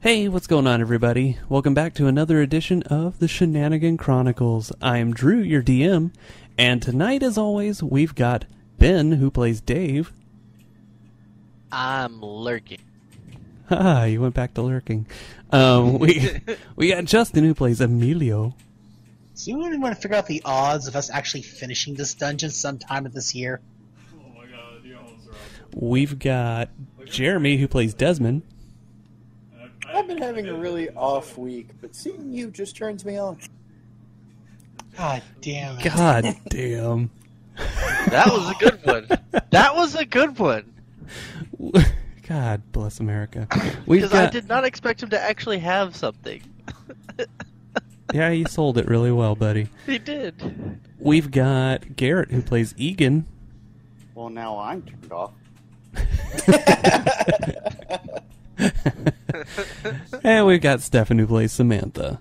Hey, what's going on, everybody? Welcome back to another edition of the Shenanigan Chronicles. I'm Drew, your DM, and tonight, as always, we've got Ben, who plays Dave. I'm lurking. Ah, you went back to lurking. Um, we we got Justin, who plays Emilio. So you really want to figure out the odds of us actually finishing this dungeon sometime this year? Oh my god, you almost were right. We've got Jeremy, who plays Desmond. I- I- I've been having a really off week, but seeing you just turns me on. God damn it. God damn. That was a good one. That was a good one. God bless America. We've Because I got, did not expect him to actually have something. yeah, you sold it really well, buddy. He did. We've got Garrett, who plays Egan. Well, now I'm turned off. and we've got Stefan, who plays Samantha.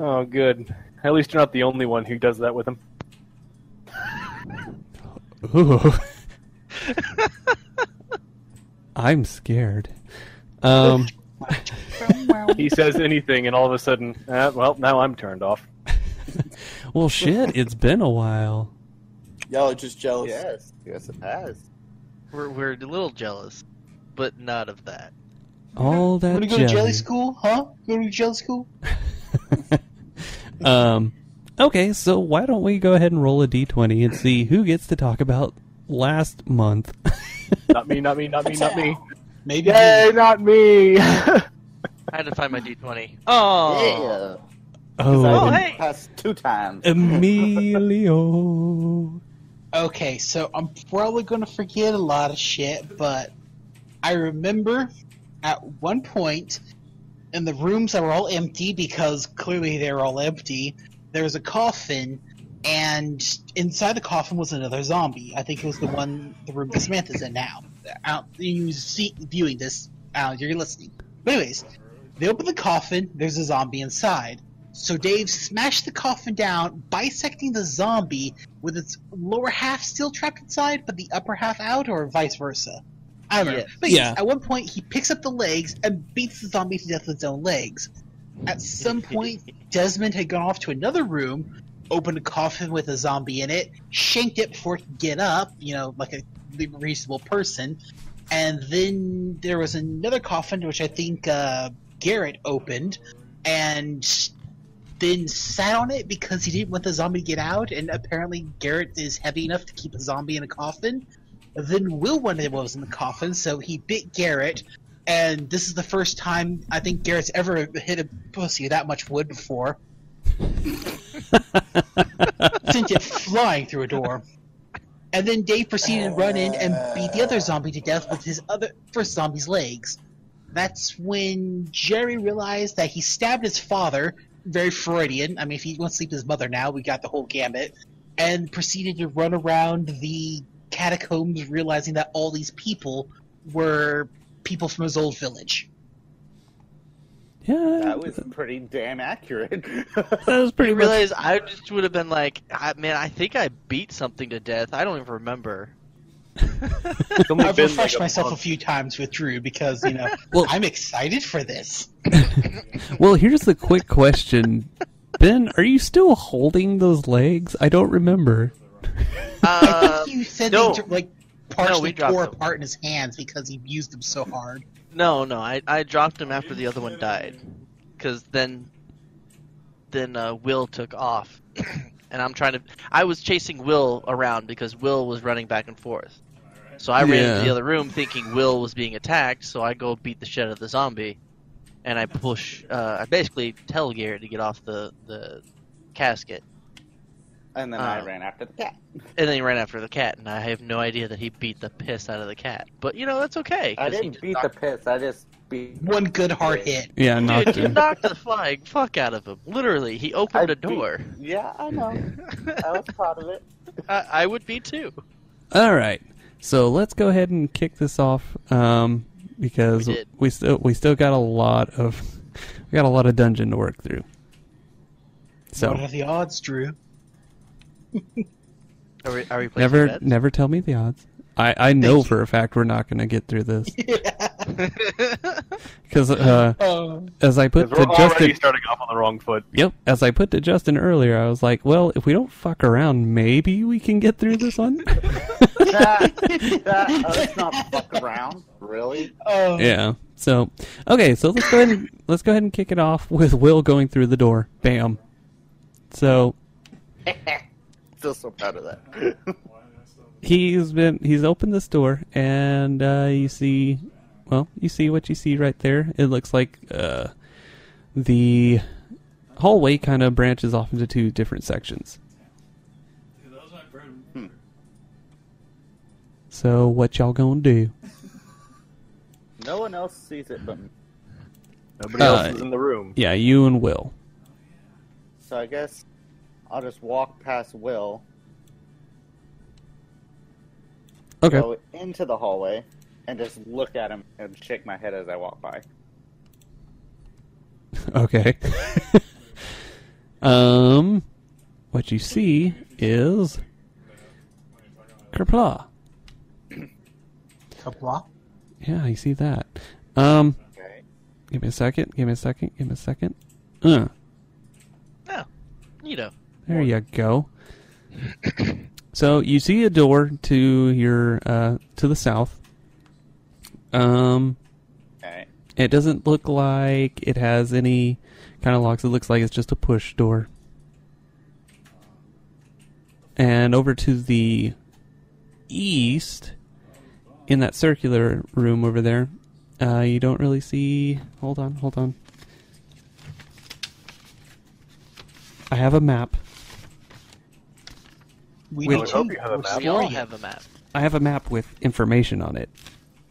Oh, good. At least you're not the only one who does that with him. Ooh. I'm scared. Um, He says anything, and all of a sudden, uh, well, now I'm turned off. well, shit, it's been a while. Y'all are just jealous. Yes, yes, it has. We're, we're a little jealous, but not of that. All that Want to go to jelly. jelly school, huh? Go to jelly school? um, okay, so why don't we go ahead and roll a d20 and see who gets to talk about last month? Not me, not me, not me, not me. Maybe. Yay, not me! I had to find my d20. Oh, Yeah. Oh, oh, hey. Passed two times. Emilio. Okay, so I'm probably going to forget a lot of shit, but I remember at one point in the rooms that were all empty because clearly they were all empty, there was a coffin, and inside the coffin was another zombie. I think it was the one, the room that Samantha's in now. Out, you see, viewing this, uh, you're listening. But anyways, they open the coffin, there's a zombie inside. So Dave smashed the coffin down, bisecting the zombie with its lower half still trapped inside, but the upper half out, or vice versa. I don't know. Yes. But yes, Yeah. at one point he picks up the legs and beats the zombie to death with his own legs. At some point, Desmond had gone off to another room, opened a coffin with a zombie in it, shanked it before it could get up, you know, like a reasonable person. And then there was another coffin, which I think uh, Garrett opened, and then sat on it because he didn't want the zombie to get out. And apparently, Garrett is heavy enough to keep a zombie in a coffin. Then Will wondered what was in the coffin, so he bit Garrett. And this is the first time I think Garrett's ever hit a pussy with that much wood before. Sent it flying through a door. And then Dave proceeded to run in and beat the other zombie to death with his other first zombie's legs. That's when Jerry realized that he stabbed his father, very Freudian. I mean, if he wants to sleep with his mother now, we got the whole gambit. And proceeded to run around the catacombs, realizing that all these people were people from his old village. Yeah, That was pretty damn accurate. that was I pretty much realize I just would have been like, I, man, I think I beat something to death. I don't even remember. It's only I've been refreshed like a myself month. a few times with Drew because, you know, Well- I'm excited for this. Well, here's the quick question. Ben, are you still holding those legs? I don't remember. Uh, I think you said no. they, like, partially dropped tore them. apart in his hands because he used them so hard. No, no, I, I dropped him after the other one died, because then, then uh, Will took off, and I'm trying to. I was chasing Will around because Will was running back and forth, so I ran Yeah. into the other room thinking Will was being attacked. So I go beat the shit out of the zombie, and I push. Uh, I basically tell Garrett to get off the the casket, and then I Ah. Uh. ran after the cat. and then he ran after the cat, and I have no idea that he beat the piss out of the cat. But you know that's okay. I 'cause he didn't just beat knocked the piss. I just beat. One good hard hit. Yeah, not Dude, you knocked the flying fuck out of him. Literally, he I opened a beat- door. Yeah, I know. I was proud of it. I, I would be too. All right. So let's go ahead and kick this off um, because We we, did. still we still got a lot of we got a lot of dungeon to work through. What So are the odds, Drew? Are we, are we playing never some bets? never tell me the odds. I, I know you. for a fact we're not going to get through this. Because uh, Oh, as I put Because we're to already Justin, starting off on the wrong foot. yep, as I put to Justin earlier, I was like, well, if we don't fuck around, maybe we can get through this one. that, that, uh, let's not fuck around. Really? oh. yeah. So okay, so let's go ahead and let's go ahead and kick it off with Will going through the door. Bam. So Feel so proud of that. he's been he's opened this door and uh, you see well you see what you see right there it looks like uh, the hallway kind of branches off into two different sections Dude, that was my bread and butter. so what y'all gonna do No one else sees it but me. Nobody Uh, else is in the room. yeah you and will So I guess I'll just walk past Will, okay go into the hallway, and just look at him and shake my head as I walk by. okay um what you see is kerpla Kapla? yeah you see that um Okay. give me a second give me a second give me a second uh No, you know. There you go. so you see a door to your uh, to the south. Um, Okay. it doesn't look like it has any kind of locks. It looks like it's just a push door. And over to the east, in that circular room over there, uh, you don't really see. Hold on, hold on. I have a map. We We need would to hope you have a map. We all have a map. I have a map with information on it.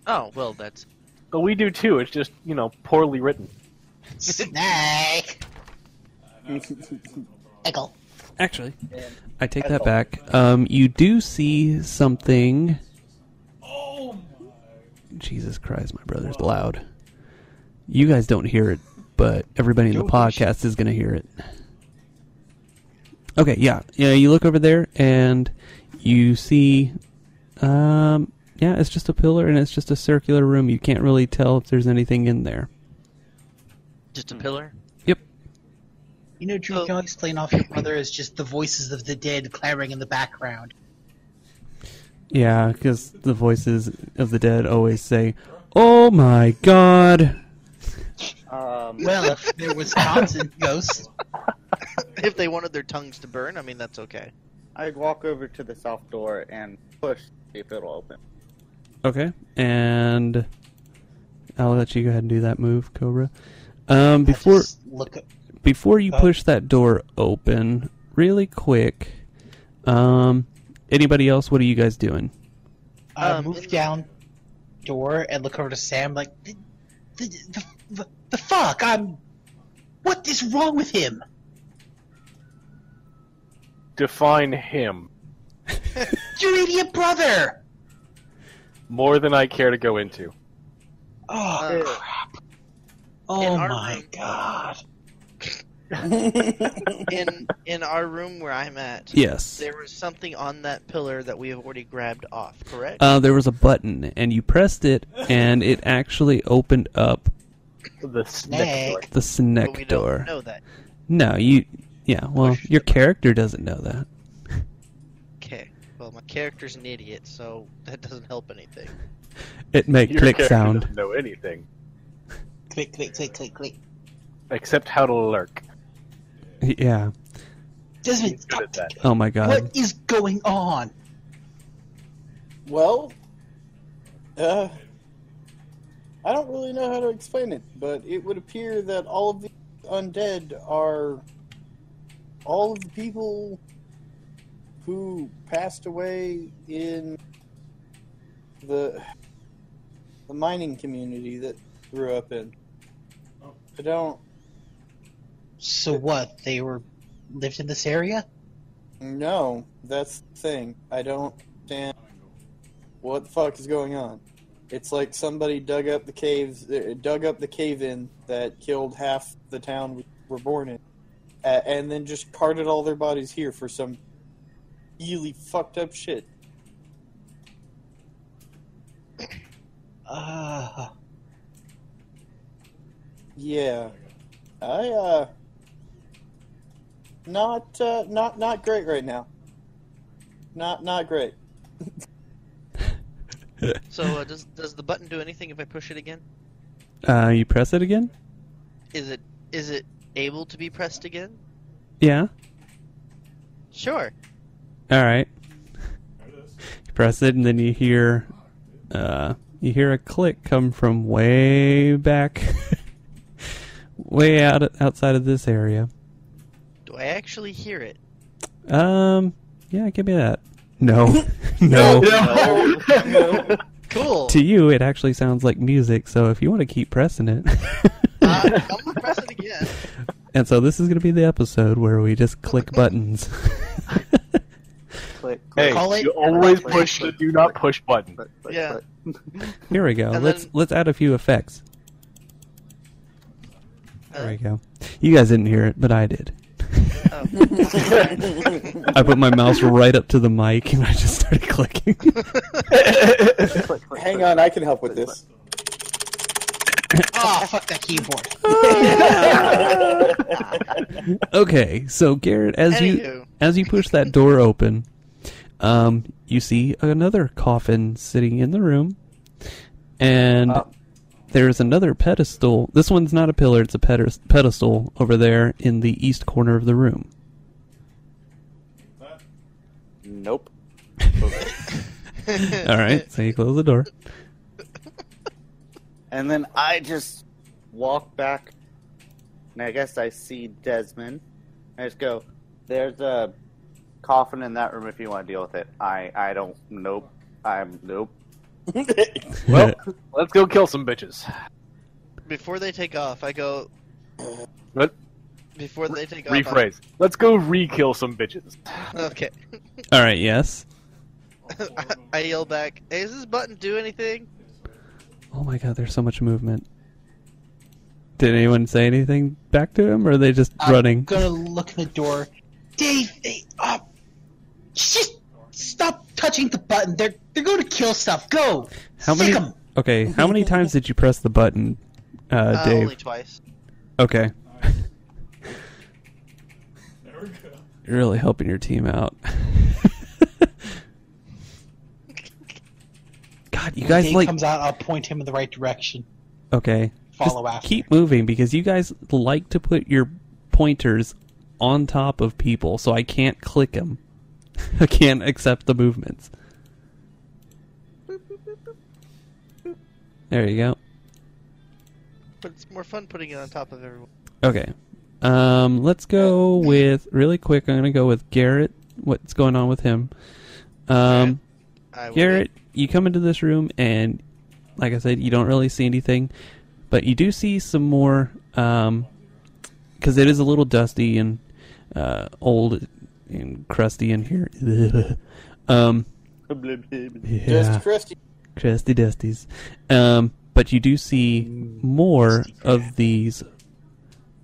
Oh well, that's But we do too. It's just you know poorly written. Snack! Eckle. Actually, I take that back. Um, you do see something. Oh my. Jesus Christ, my brother's loud. You guys don't hear it, but everybody in the Don't push. podcast is going to hear it. Okay, yeah, yeah. You look over there and you see, um, yeah, it's just a pillar and it's just a circular room. You can't really tell if there's anything in there. just a pillar. Yep. You know, Drew, Oh. you can always explain off your brother as just the voices of the dead clamoring in the background. Yeah, because the voices of the dead always say, "Oh my God." Um, Well, if they're Wisconsin ghosts, If they wanted their tongues to burn, I mean that's okay. I'd walk over to the south door and push if it'll open. Okay. And I'll let you go ahead and do that move, Cobra. Um, before just look, before you uh, push that door open, really quick. Um, anybody else? What are you guys doing? uh, Um, move in- down door and look over to Sam like, the, the, the, the, the fuck, I'm, what is wrong with him? Define him Your idiot brother! more than I care to go into. Oh, Uh, crap. in Oh our my room- god. In in our room where I'm at, Yes. there was something on that pillar that we have already grabbed off. Correct? Uh, there was a button, and you pressed it, and it actually opened up The Snake. snake. the but we snack don't door. know that. No, you. Yeah. Well, Push your character doesn't know that. Okay. Well, my character's an idiot, so that doesn't help anything. It made Your click character sound. doesn't know anything Click, click, click, click, click. except how to lurk. Yeah. Desmond, Good at stop. that. Oh my god. What is going on? Well, uh, I don't really know how to explain it, but it would appear that all of the undead are all of the people who passed away in the the mining community that grew up in. I don't So what? They were lived in this area? know. That's the thing. I don't understand what the fuck is going on? It's like somebody dug up the caves, uh, dug up the cave in that killed half the town we were born in, uh, and then just carted all their bodies here for some really fucked up shit. Uh, Yeah. I uh not uh not not great right now. Not not great. So uh, does does the button do anything if I push it again? Uh, you press it again? Is it is it able to be pressed again? Yeah. Sure. All right. You press it, and then you hear, uh, you hear a click come from way back, way out outside of this area. Do I actually hear it? Um, yeah, give me that. No, Oh. no. No, no. Cool. To you, it actually sounds like music. So if you want to keep pressing it, Uh, I'm gonna press it again. and so this is going to be the episode where we just click buttons. Click, click, Hey, Call it- you always push the do not push button. click, click, Yeah. click. Here we go. And let's then- let's add a few effects. There Uh, we go. You guys didn't hear it, but I did. oh. I put my mouse right up to the mic and I just started clicking. Click, click, Hang click. on, I can help with this. Oh, fuck that keyboard. okay, so Garrett, as you Anywho. as you push that door open, um, you see another coffin sitting in the room, and Oh. there's another pedestal. This one's not a pillar; it's a pedest- pedestal over there in the east corner of the room. Nope. All right, so you close the door. And then I just walk back. And I guess I see Desmond. I just go, there's a coffin in that room if you want to deal with it. I, I don't, nope. I'm, nope. well, let's go kill some bitches. Before they take off, I go. What? Before they take off. I- Rephrase. Let's go re-kill some bitches. Okay. All right, yes. I, I yell back. Hey, does this button do anything? Oh my god, there's so much movement. Did anyone say anything back to him, or are they just I'm Uh, running? gonna look in the door. Dave, they up. Just stop touching the button. They're they're going to kill stuff. Go. How many? Sick 'em. Okay, how many times did you press the button, uh, Uh, Dave? Only twice. Okay, There we go. you're really helping your team out. God, you guys Dave like comes out. I'll point him in the right direction. okay. Follow just after. Keep moving because you guys like to put your pointers on top of people, so I can't click them. I can't accept the movements. There you go. But it's more fun putting it on top of everyone. Okay. Um, let's go with really quick. I'm gonna go with Garrett. What's going on with him? Um, I will Garrett, you come into this room and, like I said, you don't really see anything, but you do see some more because it is a little dusty and uh, old and crusty in here. um, yeah, Just Christy. crusty dusties. Um, but you do see Mm, more of these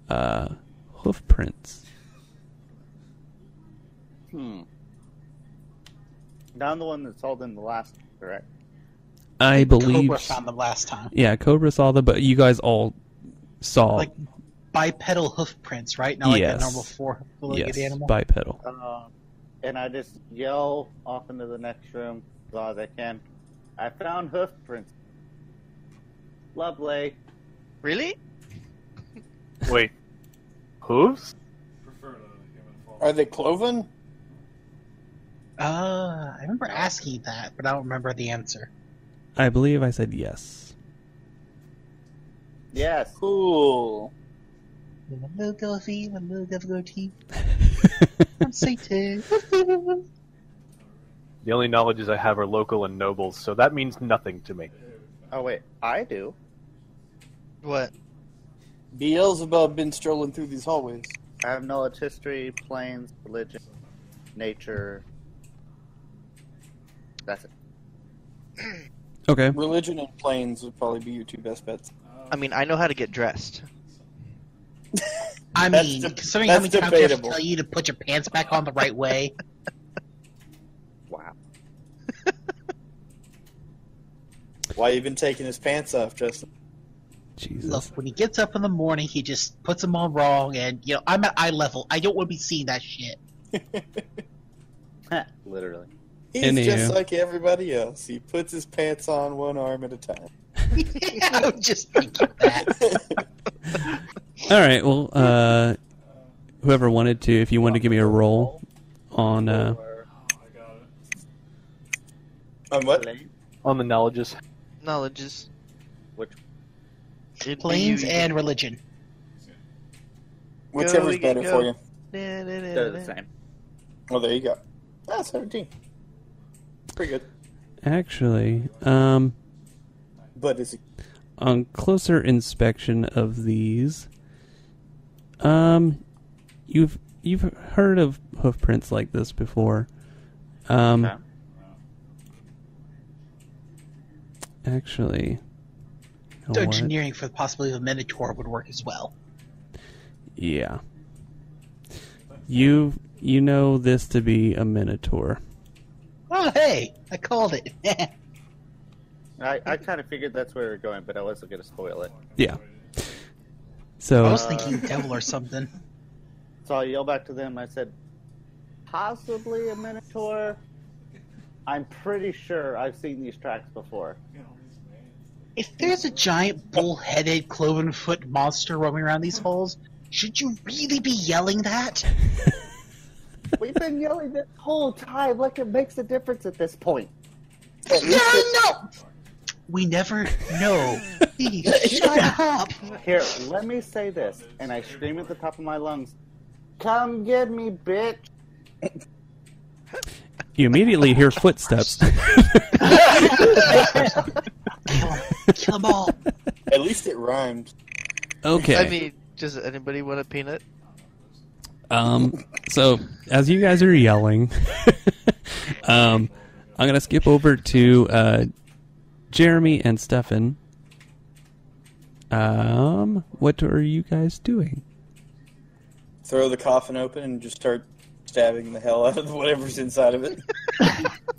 uh, hoof prints. Hmm. Not the one that's sold in the last, correct? I believe. Cobra found them last time. Yeah, Cobra saw them, but you guys all saw. Like bipedal hoof prints, right? Not like Oh. Yes. that normal four-legged yes, animal. bipedal. Uh, and I just yell off into the next room as loud as I can. I found hoof prints. Lovely. Really? Wait, hooves? Prefer the human fall. Are they cloven? Uh, I remember asking that, but I don't remember the answer. I believe I said yes. Yes. Cool. My little girl feet, my little girl girl teeth. I'm Satan. The only knowledges I have are local and nobles, so that means nothing to me. Oh wait, I do. What? Beelzebub been strolling through these hallways. I have knowledge, history, planes, religion, nature. That's it. okay. Religion and planes would probably be your two best bets. I mean, I know how to get dressed. I That's mean, de- considering how many that's times I have to debatable. tell you to put your pants back on the right way, Wow. Why you been taking his pants off, Justin? Jesus. Look, when he gets up in the morning, he just puts them all wrong, and you know I'm at eye level. I don't want to be seeing that shit. Literally. He's Anywho. just like everybody else. He puts his pants on one arm at a time. I was just thinking that. All right. Well, uh, whoever wanted to, if you want to give me a roll on, uh, I got it. On what? On the knowledges. Knowledge is. Which- It'd be Planes you- and religion. Whichever's we can better go. for you. Na, na, na, They're na, the na. same. Well, there you go. Ah, 17. Pretty good. actually, um, But is it on closer inspection of these, um, you've you've heard of hoof prints like this before. Um, Okay. actually, you know So what? engineering for the possibility of a minotaur would work as well. Yeah. You you know this to be a minotaur. Oh hey, I called it. I, I kind of figured that's where we were going, but I wasn't going to spoil it. Yeah. So I was thinking devil or something. So I yelled back to them. I said, possibly a Minotaur. I'm pretty sure I've seen these tracks before. If there's a giant bull-headed, cloven-foot monster roaming around these holes, should you really be yelling that? We've been yelling this whole time like it makes a difference at this point. Yeah, no. We never know. Please shut up. Here, let me say this, and I scream at the top of my lungs, "Come get me, bitch!" you immediately hear footsteps. Kill them. Kill them all. At least it rhymed. okay. I mean, does anybody want a peanut? Um, so as you guys are yelling, um, I'm gonna skip over to uh, Jeremy and Stefan. Um, what are you guys doing? Throw the coffin open and just start stabbing the hell out of whatever's inside of it.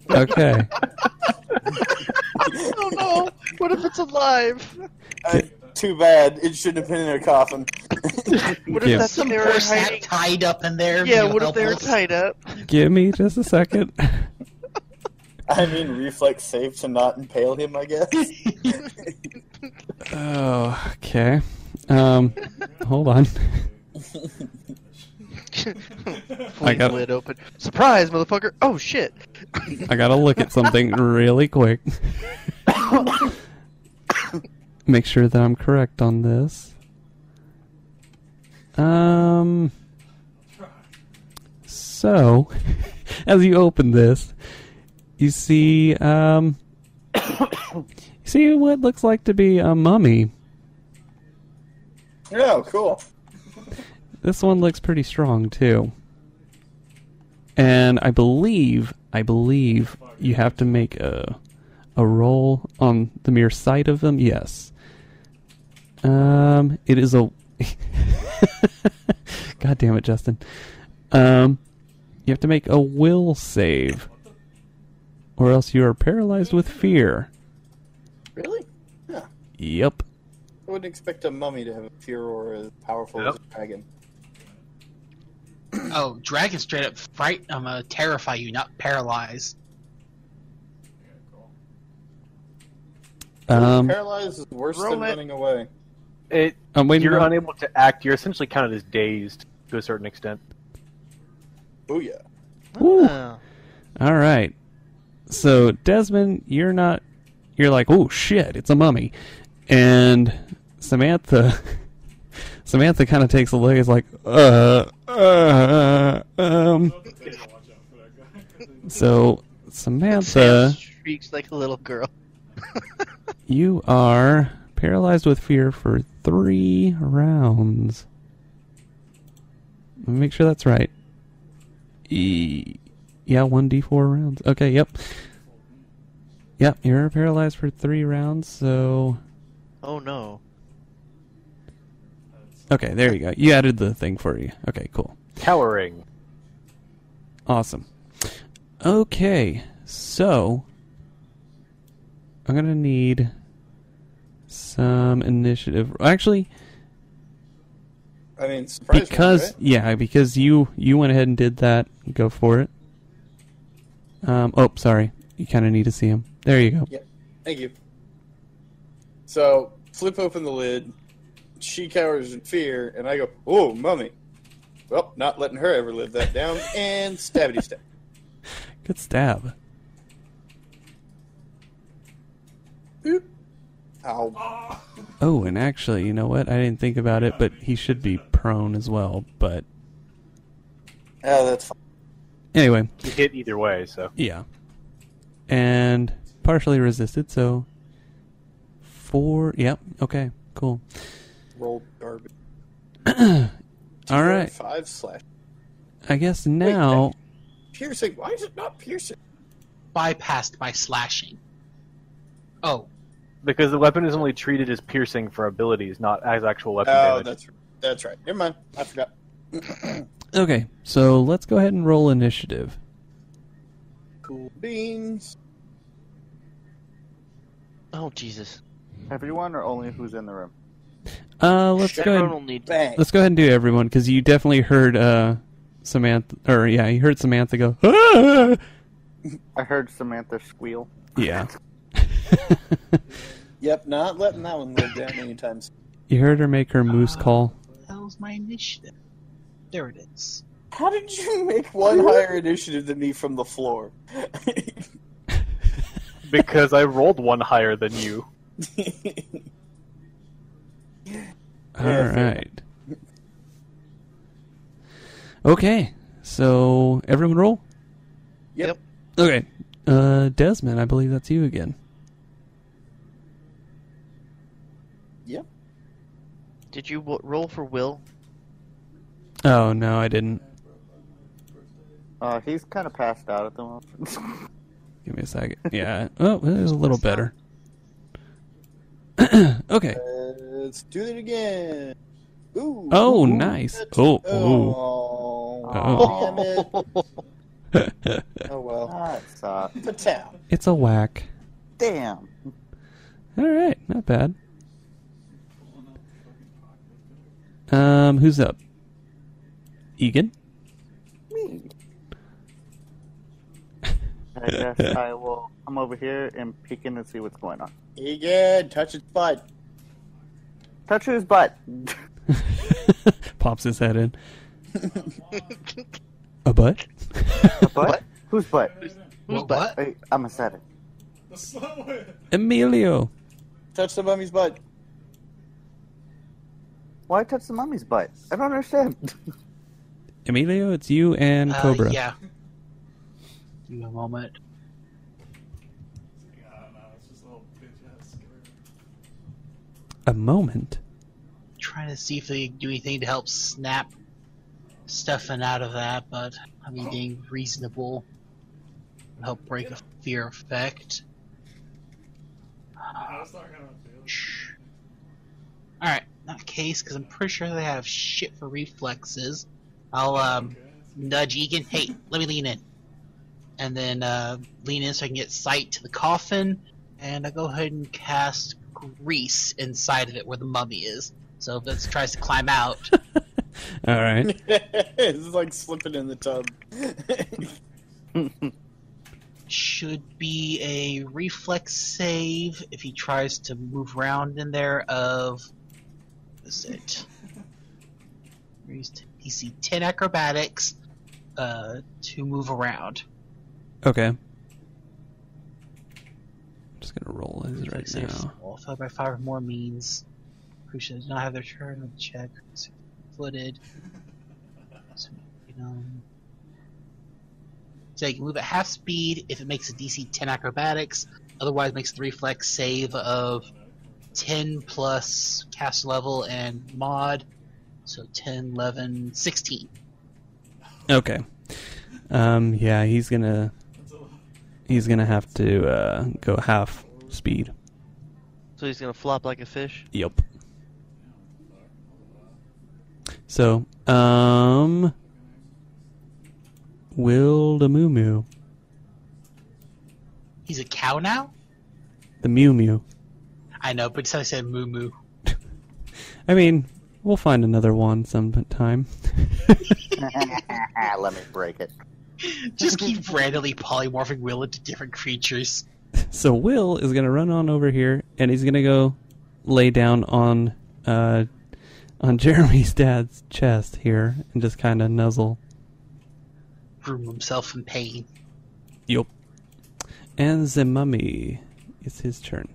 Okay, Oh no! What if it's alive? Uh, too bad. It shouldn't have been in a coffin. What if Yeah. that's Some what they poor were sap hiding? tied up in there. Yeah, you know, what if they were helpless. tied up? give me just a second. I mean, reflex save to not impale him, I guess. Oh, okay. Um, hold on. Flip got- the lid open. Surprise, motherfucker! Oh shit! I gotta look at something really quick. Make sure that I'm correct on this. Um. So, as you open this, you see um, you see what looks like to be a mummy. oh, cool. This one looks pretty strong too. And I believe, I believe you have to make a a roll on the mere sight of them. Yes. Um, it is a. God damn it, Justin. Um, you have to make a will save, or else you are paralyzed with fear. Really? Yeah. Yep. I wouldn't expect a mummy to have a furor as powerful as a dragon. Oh, dragon straight up fright. I'm gonna terrify you, not paralyze. Um, Paralyzed is worse Roll than it. running away. It, I'm waiting. you're on- unable to act. You're essentially counted as dazed to a certain extent. Oh yeah. Ooh. Oh. All right. So Desmond, you're not. You're like, oh shit, it's a mummy, and Samantha. Samantha kind of takes a look. Is like, uh, uh, um. They gotta watch out for that guy. 'cause they- So Sam Samantha, shrieks like a little girl. you are paralyzed with fear for three rounds. Let me make sure that's right. E- yeah, one d four rounds. Okay, yep. Yep, you're paralyzed for three rounds. So Oh no! okay, there you go. You added the thing for you. Okay, cool, Cowering. awesome. Okay, so I'm gonna need some initiative. Actually, I mean, surprise round, because right? yeah, because you you went ahead and did that. Go for it. Um. Oh, sorry. You kind of need to see him. There you go. Thank you. So, flip open the lid. She cowers in fear, and I go, "Oh, mummy." Well, not letting her ever live that down, and stabby stab. Good stab. Ow. Oh, and actually, you know what? I didn't think about it, but he should be prone as well. But Oh, that's fine. anyway, You hit either way, so yeah, and partially resisted. So four. Yep. Okay. Cool. Roll garbage. All right. Five slash I guess now. piercing. Why is it not piercing? bypassed by slashing. Oh, because the weapon is only treated as piercing for abilities, not as actual weapon Oh, damage. that's that's right. Never mind. I forgot. Okay. So let's go ahead and roll initiative. Cool beans. Oh Jesus! Everyone or only who's in the room? Uh, let's go. Everyone Ahead, will need. Bang. let's go ahead and do everyone because you definitely heard uh, Samantha, or yeah, you heard Samantha go. "Ah!" I heard Samantha squeal. Yeah. Yep, not letting that one live down anytime soon. you heard her make her Uh, moose call. that was my initiative. There it is. How did you make one higher initiative than me from the floor? because I rolled one higher than you. All Yeah, fair right. Okay, so everyone roll. Yep. Okay, uh, Desmond, I believe that's you again. yep. Did you w- roll for Will? Oh no, I didn't. Uh, he's kind of passed out at the moment. Give me a second. Yeah. Oh, it was a little better. okay. Let's do it again. Ooh. Oh, Ooh, nice. that's- Oh, oh. Oh. Oh. Damn it. Oh, well. that sucks. Patel. It's a whack. Damn. All right, not bad. Um, who's up? Egan. I guess I will come over here and peek in and see what's going on. Egan, touch its butt. Touch his butt. Pops his head in. a butt? butt? Whose butt? Who's What, butt? Wait, I'm a seven. The slow way. Emilio. Touch the mummy's butt. Why touch the mummy's butt? I don't understand. Emilio, it's you and Uh, Cobra. Yeah. Give me a moment. Yeah, I don't know. It's just a little bitch ass screw. A moment. Trying to see if they can do anything to help snap Stefan out of that, but I'm being reasonable. Help break a fear effect. No, it's not gonna do. Alright, not case, because I'm pretty sure they have shit for reflexes. I'll um, nudge Egan, hey, let me lean in. And then uh, lean in so I can get sight to the coffin, and I'll go ahead and cast grease inside of it where the mummy is. So if it tries to climb out, All right. it's like slipping in the tub. should be a reflex save if he tries to move around in there of what is it DC 10 acrobatics uh, to move around Okay. I'm just going to roll his right Reflex save now. small, followed by five or more means who should not have their turn on check footed so, you know so you can move at half speed if it makes a DC 10 acrobatics. Otherwise, it makes the reflex save of 10 plus cast level and mod. So 10, 11, 16. Okay. Um, yeah, he's going to he's going to have to uh go half speed. So he's gonna flop like a fish. Yep. So, um Will the Moo Moo. He's a cow now? The Mew Mew. I know, but somebody said moo moo. I mean, we'll find another one sometime. Ah, let me break it. Just keep randomly polymorphing Will into different creatures. so Will is gonna run on over here, and he's gonna go lay down on uh, on Jeremy's dad's chest here, and just kind of nuzzle. Groom himself in pain. Yup. And the mummy, it's his turn.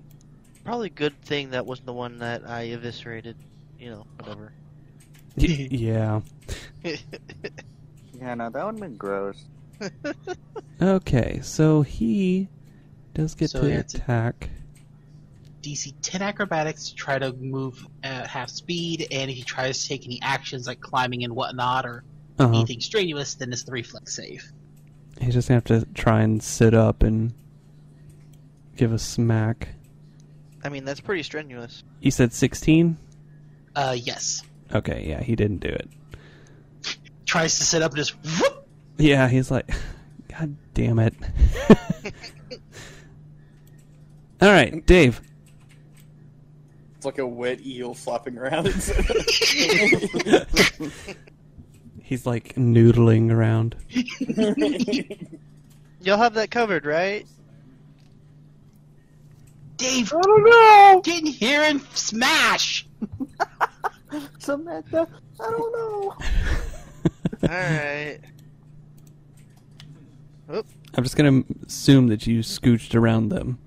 Probably good thing that wasn't the one that I eviscerated. You know, whatever. Y- yeah. Yeah, no, that would have been gross. Okay, so he does get So to it's- attack. DC 10 acrobatics to try to move at half speed, and if he tries to take any actions like climbing and whatnot or Uh-huh. anything strenuous, then it's the reflex save. He just have to try and sit up and give a smack. I mean, that's pretty strenuous. He said 16? Uh, yes. Okay, yeah, he didn't do it. Tries to sit up and just whoop! Yeah, he's like, God damn it. All right, Dave. It's like a wet eel flopping around. He's like noodling around. You'll have that covered, right? Dave, I don't know! get in here and smash! Samantha, I don't know. All right. I'm just going to assume that you scooched around them.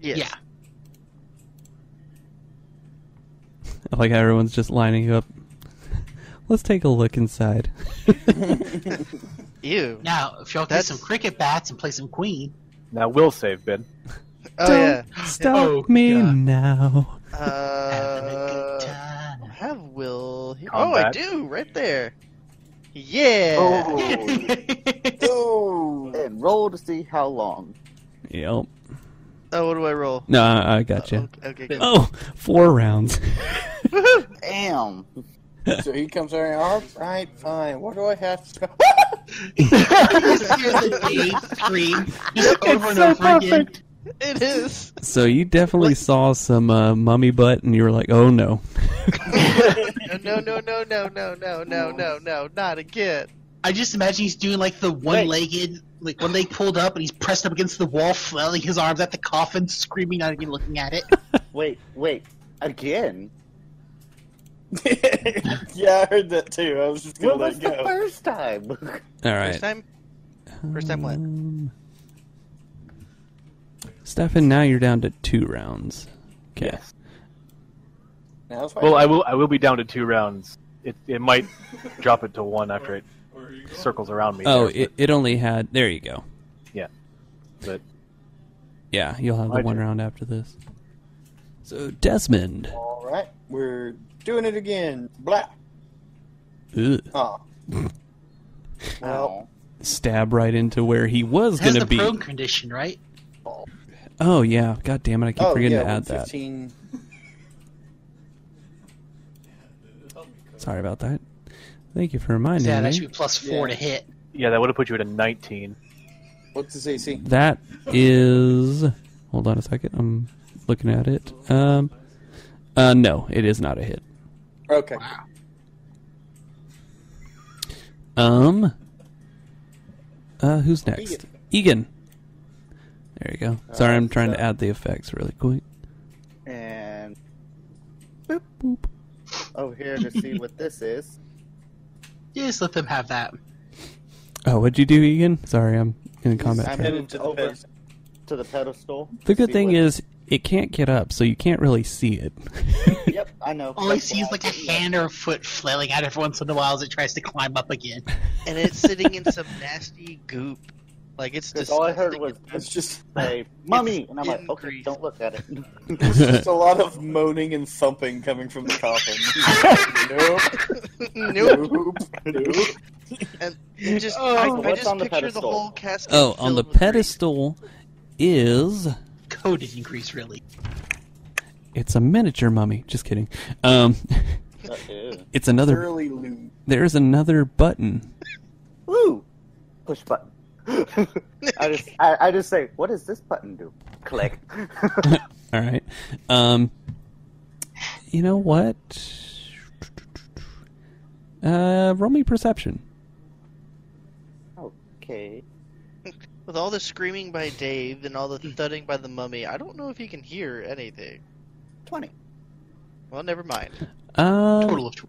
Yes. Yeah. I Like everyone's just lining up. Let's take a look inside. Ew. Now, if y'all That's- get some cricket bats and play some queen. Now we'll save Ben. Oh yeah. Stop Oh, me God. now. Having a good Uh, time. have Will. Here. Oh, I Combat. do right there. Yeah. Oh, oh, and roll to see how long. Yep. Oh, what do I roll? No, I I gotcha. Oh, okay. okay, Oh, four rounds. Damn. so he comes around. All right, fine. What do I have to? You just hear the Dave scream just over and over again. good. It is. So you definitely saw some uh, mummy butt, and you were like, "Oh no!" No, no, no, no, no, no, no, no, no, not again. I just imagine he's doing like the one-legged, like one leg pulled up, and he's pressed up against the wall, flailing his arms at the coffin, screaming, not even looking at it. Wait, wait. Again? yeah, I heard that too. I was just gonna What was let the go. first time? All right. First time. First time what? Um, Stefan, now you're down to two rounds. Okay. Now it's fine. Well, I will. I will be down to two rounds. It it might drop it to one after it Where are you going? circles around me. Oh, there, it, it only had. There you go. but Yeah, you'll have the I one do. round after this. So Desmond. all right, we're doing it again. Blah. Ugh. Oh. No. stab right into where he was Has gonna the be. prone condition, right? Oh yeah. God damn it! I keep oh, forgetting yeah, to add that. 115. Sorry about that. Thank you for reminding Mm-hmm. Yeah, me. that should be plus four Yeah. to hit. yeah, that would have put you at a nineteen. What's his AC? That is. Hold on a second. I'm looking at it. Um, uh, no, it is not a hit. Okay. Um. Uh, who's next? Egan. Uh, There you go. Sorry, I'm trying to add the effects really quick. And Boop, boop. over here to see what this is. Yeah, just let them have that. Oh, what'd you do, Egan? Sorry, I'm in combat. I'm trap. in- Headed to the Over. best. To the pedestal. the good See thing what- is, it can't get up, so you can't really see it. Yep, I know. All I That's see is why like a I did that. hand or a foot flailing out every once in a while as it tries to climb up again. And it's sitting in some nasty goop. Like it's Because just. all I heard was It's just, say, "Mummy," and I'm like, "Okay, increased. don't look at it." it's just a lot of moaning and thumping coming from the coffin. nope, nope. nope, nope. And it just. Oh, I, what's I just on the picture the, pedestal? whole casket. Oh, on filled the with grease. pedestal is Coded increase, really. it's a miniature mummy. Just kidding. Um, it's another Thoroughly lewd. There's another button. Woo! Push button. I just, I, I just say, what does this button do? Click. All right. Um, you know what? Uh, roll me perception. okay. With all the screaming by Dave and all the thudding by the mummy, I don't know if he can hear anything. 20. Well, never mind. Um, Total of tw-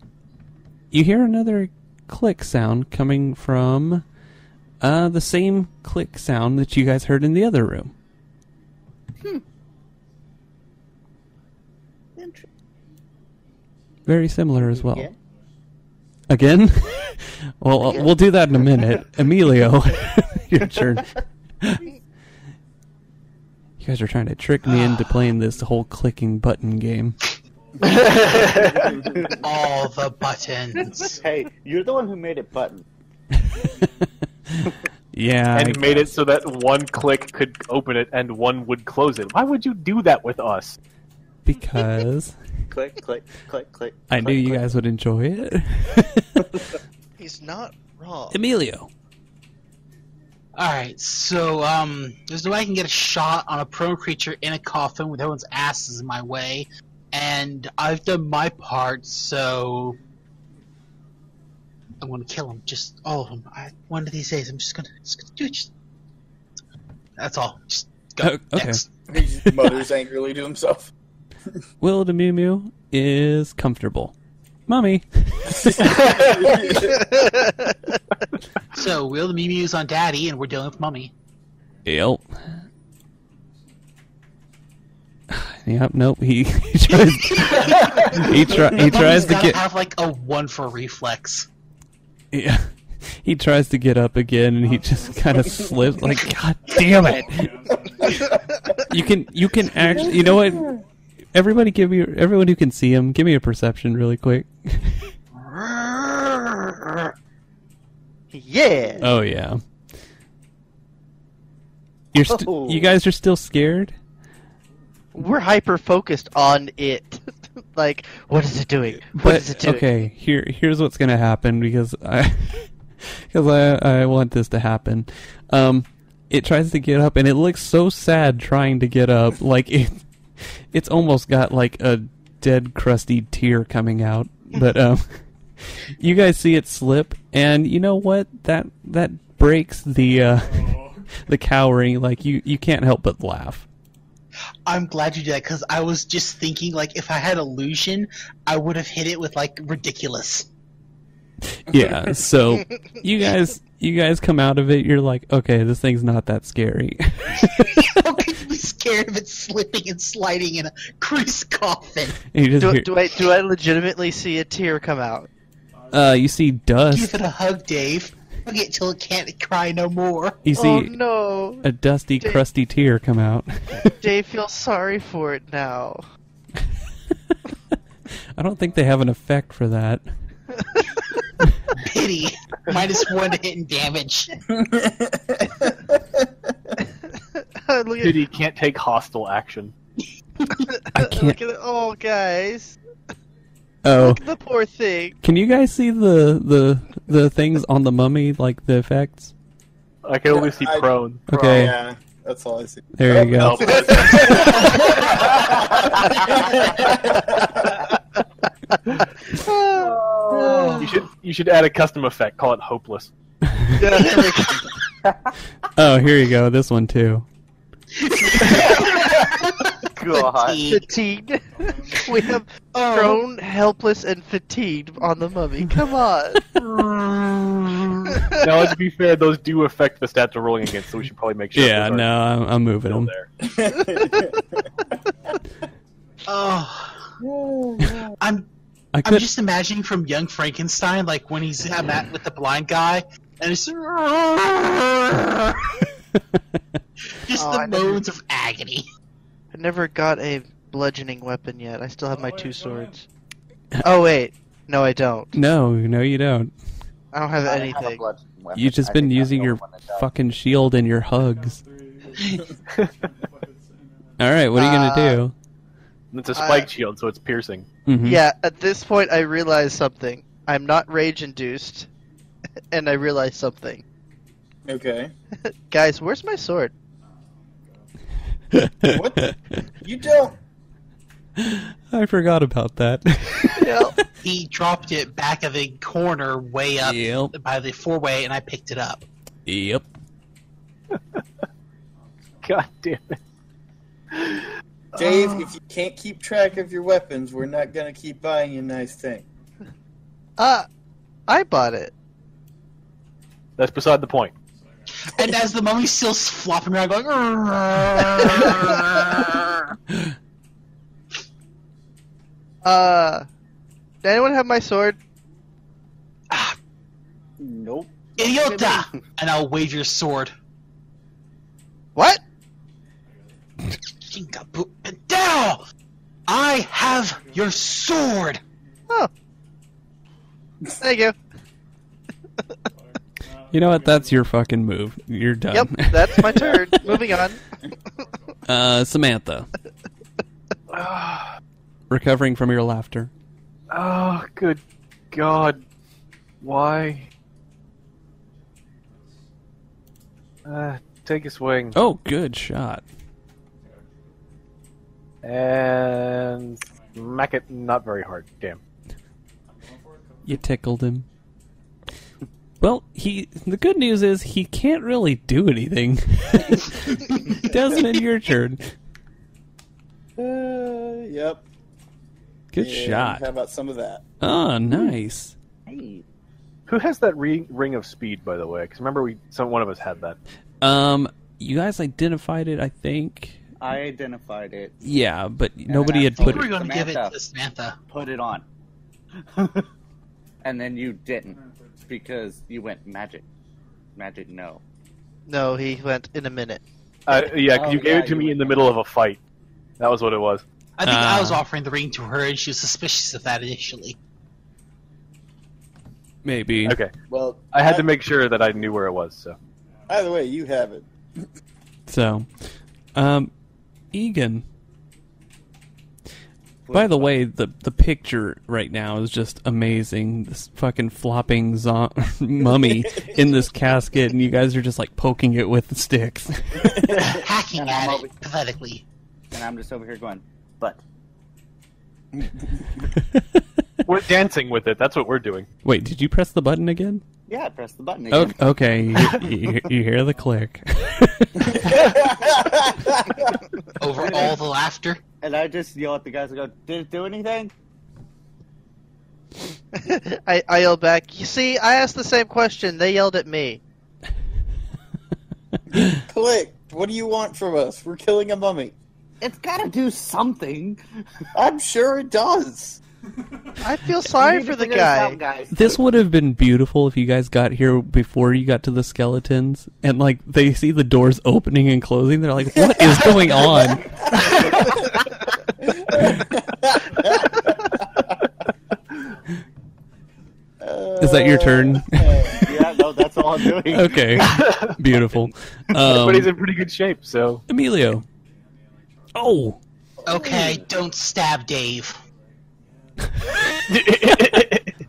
you hear another click sound coming from uh, the same click sound that you guys heard in the other room. Interesting. Very similar as well. Yeah. Again? well, uh, we'll do that in a minute. Emilio, your turn. You guys are trying to trick me into playing this whole clicking button game. all the buttons. Hey, you're the one who made it button. Yeah. and I- made it so that one click could open it and one would close it. Why would you do that with us? because Click, click, click, click. I knew click, you click. guys would enjoy it. He's not wrong. Emilio. All right, so um, there's no way I can get a shot on a prone creature in a coffin with everyone's asses in my way, and I've done my part, so I'm gonna kill them, just all of them. I, one of these days, I'm just gonna, just gonna do it. Just, that's all. Just go. Oh, okay. Next. He just mutters angrily to himself. Will the Mew Mew is comfortable. Mommy. So Will the Mimi's on Daddy, and we're dealing with Mummy. Yep. Yep. Nope. He, he tries. he try, he tries Mummy's to gotta get. have like a one for reflex. Yeah. He tries to get up again, and he just kind of slips. Like, God damn it! You can you can actually. You know what? Everybody, give me everyone who can see him. Give me a perception, really quick. Yeah! Oh yeah. You're st- Oh. you guys are still scared. We're hyper focused on it. like, what is it doing? What But is it doing? okay, here here's what's gonna happen because I because I I want this to happen. Um, it tries to get up and it looks so sad trying to get up. Like it, it's almost got like a dead crusty tear coming out. But um, you guys see it slip, and you know what? That that breaks the uh, the cowering. Like you you can't help but laugh. I'm glad you did that because I was just thinking like if I had illusion, I would have hit it with like ridiculous. yeah so you guys you guys come out of it you're like okay this thing's not that scary How could you be scared of it slipping and sliding in a crease coffin? and you just Do, hear- do I do I legitimately see a tear come out? uh you see Give dust it a hug, Dave. Hug it till it can't cry no more. you oh see no! a dusty Dave. crusty tear come out Dave feels sorry for it now. i don't think they have an effect for that Uh, Pity. Minus one to hit and damage. look at, Dude, you can't take hostile action. i look can't at it. Oh, guys, oh the poor thing. can you guys see the the the things on the mummy like the effects I can only see I- prone. Oh, okay Yeah, that's all I see. there you go Oh. You should you should add a custom effect. Call it hopeless. oh here you go this one too God. fatigued. we have Oh. prone, helpless, and fatigued on the mummy. Come on. now, let's be fair; those do affect the stats we're rolling against, so we should probably make sure. yeah those are no i'm, I'm moving still them there. Oh. I'm i I'm could just imagining from Young Frankenstein, like when he's I'm at with the blind guy, and it's just Oh, the I know. moans of agony. I never got a bludgeoning weapon yet. I still have my wait, two go swords. Oh wait, no, I don't. no no you don't I don't have I have a anything. bludgeon weapon. You've just I been think I'm using the your only one that does. fucking shield and your hugs. All right, what are you gonna And It's a spike shield, so it's piercing. do? Mhm. Yeah, at this point, I realize something. I'm not rage induced, and I realize something. Okay. Guys, where's my sword? What? You don't. I forgot about that. He dropped it back of the corner way up Yep. by the four way, and I picked it up. Yep. God damn it. Dave, if you can't keep track of your weapons, we're not gonna keep buying you nice things. Uh, I bought it. That's beside the point. And as the mummy's still flopping around, going, "Rrrr." Uh, did anyone have my sword? Nope. "Idiota!" and I'll wave your sword. What? Jinkaboop, Padel! I have your sword. Oh. Thank you. You know what? That's your fucking move. You're done. Yep, that's my turn. Moving on. Uh, Samantha. Ah. Recovering from your laughter. Oh, good God. Why? Uh, take a swing. Oh, good shot. And smack it not very hard. Damn. You tickled him. Well, he. The good news is he can't really do anything. Desmond, your turn. Uh, yep. Good Yeah, How shot. about some of that? Oh, nice. Hey. Who has that ring, ring of speed, by the way? Because remember, we some one of us had that. Um, you guys identified it, I think. I identified it. Yeah, but nobody had put We were it. going to give it Samantha. to Samantha. Put it on. and then you didn't because you went magic. Magic, no. No, he went in a minute. Uh, yeah, 'cause Oh, you gave yeah, it to you me would- in the middle of a fight. That was what it was. I think I was Ah. offering the ring to her, and she was suspicious of that initially. Maybe. Okay, Well, I had to Uh, make sure that I knew where it was. So Either way, you have it. So, um, Egan. By the way, the the picture right now is just amazing. This fucking flopping zo- mummy in this casket, and you guys are just like poking it with sticks. Hacking And I'm at over- it pathetically. And I'm just over here going, but. we're dancing with it. That's what we're doing. Wait, did you press the button again? Yeah, press the button Oh, again. okay, you, you, you hear the click. Over all the laughter. And I just yell at the guys and go, did it do anything? I, I yelled back, You see, I asked the same question. They yelled at me. Click. What do you want from us? We're killing a mummy. It's gotta do something. I'm sure it does. I feel sorry We need for to the figure this out, guy. guys. this would have been beautiful if you guys got here before you got to the skeletons, and like they see the doors opening and closing. They're like, "What is going on?" Is that your turn? yeah, no, that's all I'm doing. okay, beautiful. but he's Um, in pretty good shape. So Emilio. Oh, Okay, don't stab Dave. that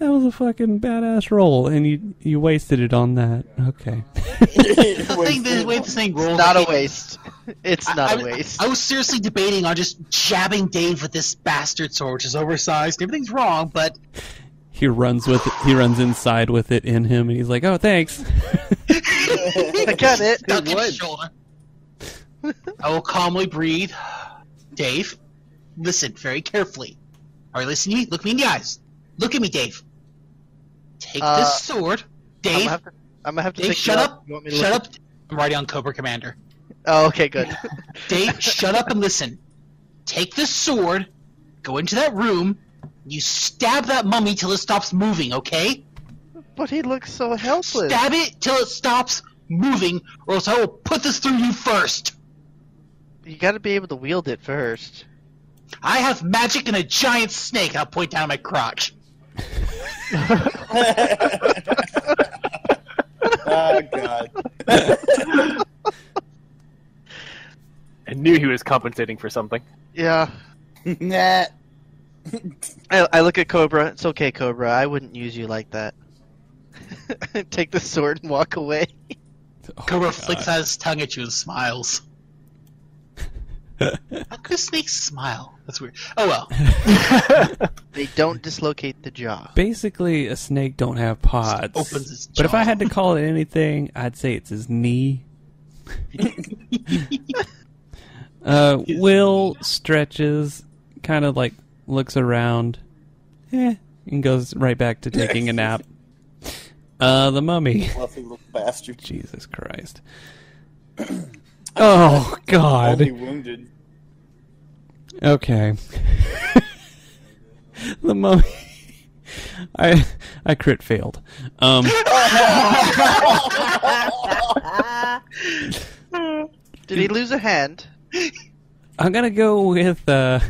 was a fucking badass roll, and you you wasted it on that. Okay. The thing, the way this thing It's rolled, not I a can't- waste. It's I, not a was- waste. I was seriously debating on just jabbing Dave with this bastard sword, which is oversized. Everything's wrong, but He runs with it, he runs inside with it in him, and he's like, "Oh, thanks." I got it. duck in his shoulder. I will calmly breathe. Dave, listen very carefully. Are you listening to me? Look me in the eyes. Look at me, Dave. Take Uh, this sword. I'm Dave, gonna have to, I'm gonna have to Dave, pick you shut up. You want me to Shut look- up. I'm already on Cobra Commander. Oh, okay, good. Dave, shut up and listen. Take this sword, go into that room, you stab that mummy till it stops moving, okay? but he looks so helpless. Stab it till it stops moving, or else I will put this through you first. You gotta be able to wield it first. I have magic and a giant snake. I'll point down at my crotch. Oh God. I knew he was compensating for something. Yeah. Nah. I, I look at Cobra. It's okay, Cobra. I wouldn't use you like that. Take the sword and walk away. Oh, Cobra God. flicks out his tongue at you and smiles. How could snakes smile? That's weird. Oh well. They don't dislocate the jaw. Basically, a snake don't have pods. Just opens its But if I jaw. had to call it anything, I'd say it's his knee. uh, Will stretches, kind of like looks around, eh, and goes right back to taking a nap. Uh, the mummy. Fluffy little bastard. Jesus Christ. Oh Only God. wounded. Okay. the mummy. I I crit failed. Um. Did he lose a hand? I'm gonna go with. uh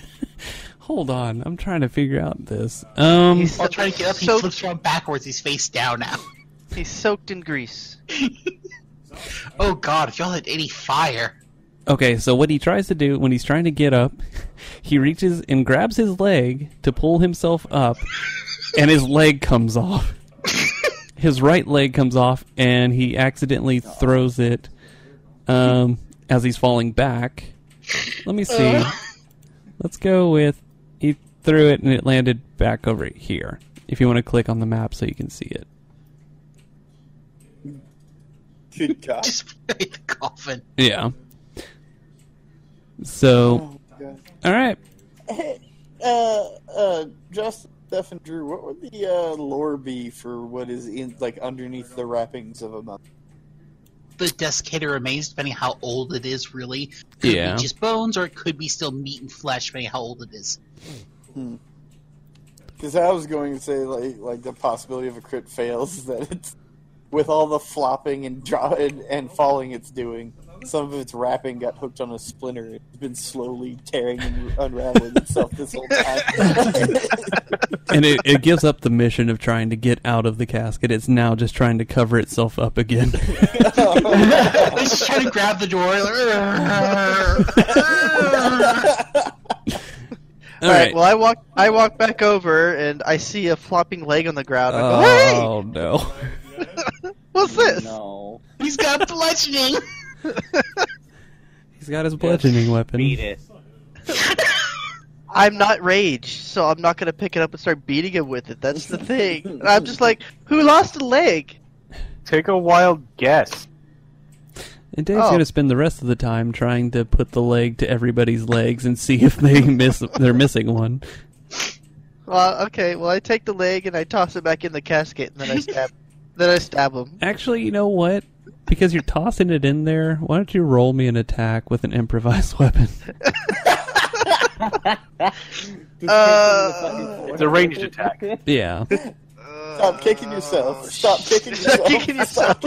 Hold on, I'm trying to figure out this. Um, He's While trying to get up, he So- flips around backwards. He's face down now. He's soaked in grease. Oh god, if y'all had any fire. okay, so what he tries to do when he's trying to get up, he reaches and grabs his leg to pull himself up, and his leg comes off. his right leg comes off, and he accidentally throws it um, as he's falling back. Let me see. Let's go with he threw it and it landed back over here. If you want to click on the map so you can see it. Good God. Just in the coffin. Yeah. So, God. all right. Hey, uh, uh, Justin, Steph, and Drew, what would the uh, lore be for what is in like underneath the wrappings of a mummy? The desiccated remains, depending how old it is, really. Could Yeah. be just bones, or it could be still meat and flesh, depending how old it is. Because I was going to say like like the possibility of a crit fails is that it's with all the flopping and draw and, and falling it's doing. Some of its wrapping got hooked on a splinter. It's been slowly tearing and unraveling itself this whole time. And it, it gives up the mission of trying to get out of the casket. It's now just trying to cover itself up again. He's just trying to grab the door. like, all right. Well, I walk. I walk back over and I see a flopping leg on the ground. I go, "Hey, Oh no. what's this?" No. He's got bludgeoning. He's got his bludgeoning weapon. Beat it. I'm not rage, so I'm not gonna pick it up and start beating him with it. That's the thing. And I'm just like, who lost a leg? Take a wild guess. And Dave's Oh. going to spend the rest of the time trying to put the leg to everybody's legs and see if they miss they're missing one. Well, okay. Well, I take the leg and I toss it back in the casket, and then I stab. then I stab him. Actually, you know what? Because you're tossing it in there, why don't you roll me an attack with an improvised weapon? Uh, It's a ranged attack. Yeah. Stop kicking yourself. Stop kicking yourself. Stop kicking yourself.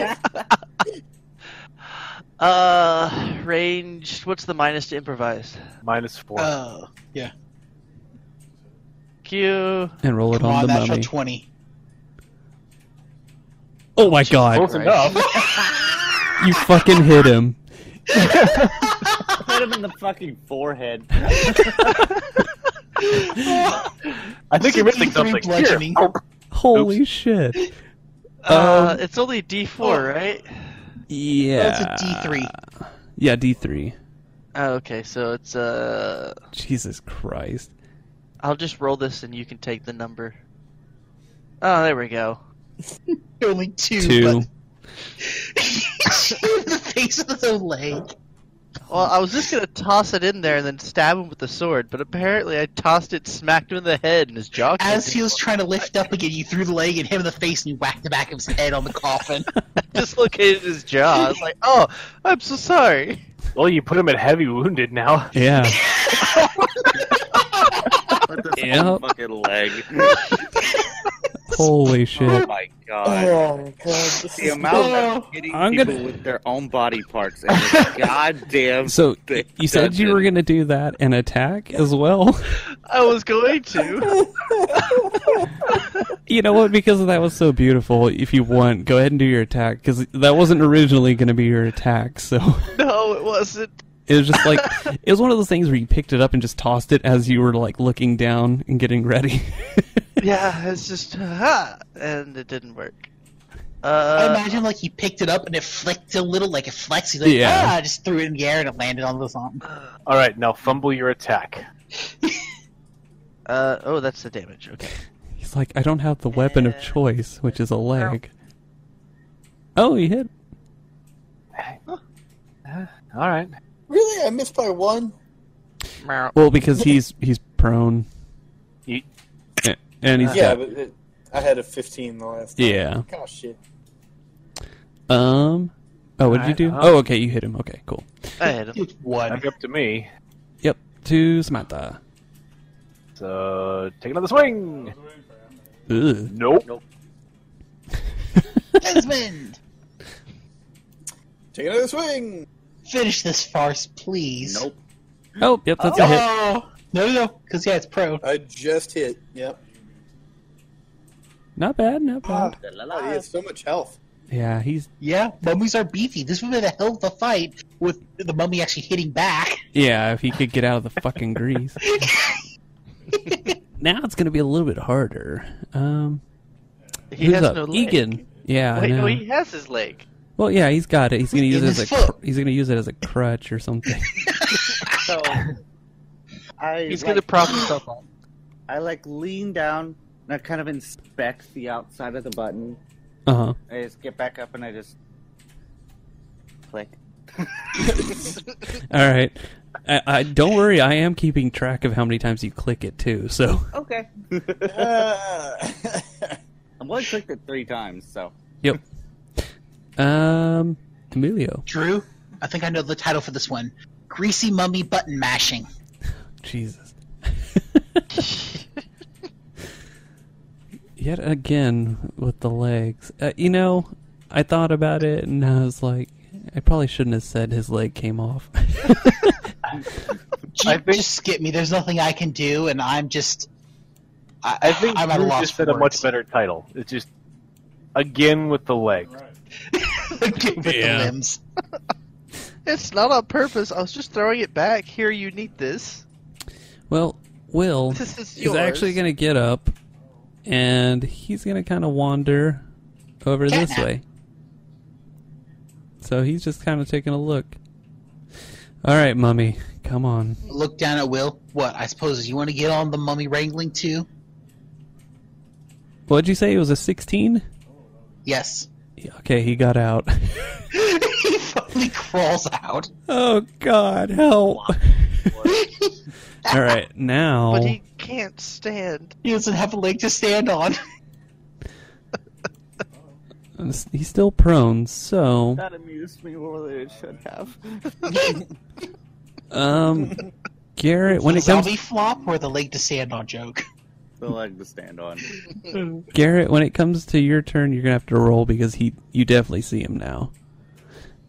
Uh, range. What's the minus to improvise? Minus four. Oh, yeah. Q. And roll it Come on, on the natural mummy. 20. Oh my god. Close enough. You fucking hit him. Hit him in the fucking forehead. I think you're missing Three something. bludgeoning. Here. Holy shit. Uh, it's only D4, right? Yeah. That's a D3. Yeah, D3. Oh, okay, so it's uh, Jesus Christ. I'll just roll this and you can take the number. Oh, there we go. Only two. Two. But... the face of his own leg. Well, I was just gonna toss it in there and then stab him with the sword, but apparently I tossed it, smacked him in the head, and his jaw. came As he was trying to lift up again, you threw the leg at him in the face and you whacked the back of his head on the coffin. dislocated his jaw. I was like, "Oh, I'm so sorry." Well, you put him at heavy wounded now. Yeah. What the Yep. fucking leg? Holy Oh shit. my god. Oh my god! This The is amount Uh, of hitting I'm people gonna- with their own body parts and this goddamn So you said you were Dungeon. going to do that and attack as well. I was going to. You know what? Because that was so beautiful. If you want, go ahead and do your attack because that wasn't originally going to be your attack. So No, it wasn't. It was just like it was one of those things where you picked it up and just tossed it as you were like looking down and getting ready. yeah, it's just ha, and it didn't work. I Uh, imagine like he picked it up and it flicked a little, like it flexed. He's like, Yeah. ah, just threw it in the air and it landed on the zombie. All right, now fumble your attack. uh, oh, that's the damage. Okay. He's like, I don't have the weapon of choice, which is a leg. Oh, he hit. All right. Really? I missed by one? Meow. Well, because he's he's prone. You- A- And he's yeah, got- but it, I had a 15 the last time. yeah. Gosh, shit. Um. Oh, what did you Alright, do? um, oh, okay, you hit him. Okay, cool. I hit him. It's one. Back up to me. Yep. To Samantha. So take another swing. I was waiting for him. Ugh. Nope. Nope. Desmond, Take another swing! finish this farce, please. Oh, Nope. yep, that's a hit. Oh no, no, no, because yeah, it's pro. I just hit. Yep. Not bad, not bad. La, la, Oh, la. he has so much health. Yeah, he's Yeah, mummies are beefy. This would have been a hell of a fight with the mummy actually hitting back. yeah. If he could get out of the fucking grease. now it's gonna be a little bit harder. Um, He who's has up? no leg. Egan. Yeah, I Wait, no, know. he has his leg. Well, yeah, he's got it. He's gonna use In it as a his cr- foot. he's gonna use it as a crutch or something. So I He's like, gonna prop himself up. I like lean down and I kind of inspect the outside of the button. Uh huh. I just get back up and I just click. All right. I, I, don't worry, I am keeping track of how many times you click it too. So Okay. Ah. I've only clicked it three times, so yep. Um, Emilio. Drew, I think I know the title for this one: Greasy Mummy Button Mashing. Jesus. Yet again with the legs. Uh, you know, I thought about it and I was like, I probably shouldn't have said his leg came off. Ju- I think- just skip me. There's nothing I can do, and I'm just. I, I think I'm at a you loss just for said a much words. better title. It's just again with the leg. Right. with Yeah. the limbs. It's not on purpose. I was just throwing it back. Here, you need this. well, Will This is is actually yours. going to get up and he's going to kind of wander over Catnap. this way. So he's just kind of taking a look. All right, mummy, come on. Look down at Will. What? I suppose you want to get on the mummy wrangling too? What'd you say? It was a 16? Yes. Okay, he got out. he finally crawls out. Oh God, help! All right, now But he can't stand. He doesn't have a leg to stand on. he's still prone. So, that amused me more than it should have. um, Garrett, when the it comes zombie flop or the leg to stand on joke. The leg to stand on. Garrett, when it comes to your turn, you're gonna have to roll because he, you definitely see him now.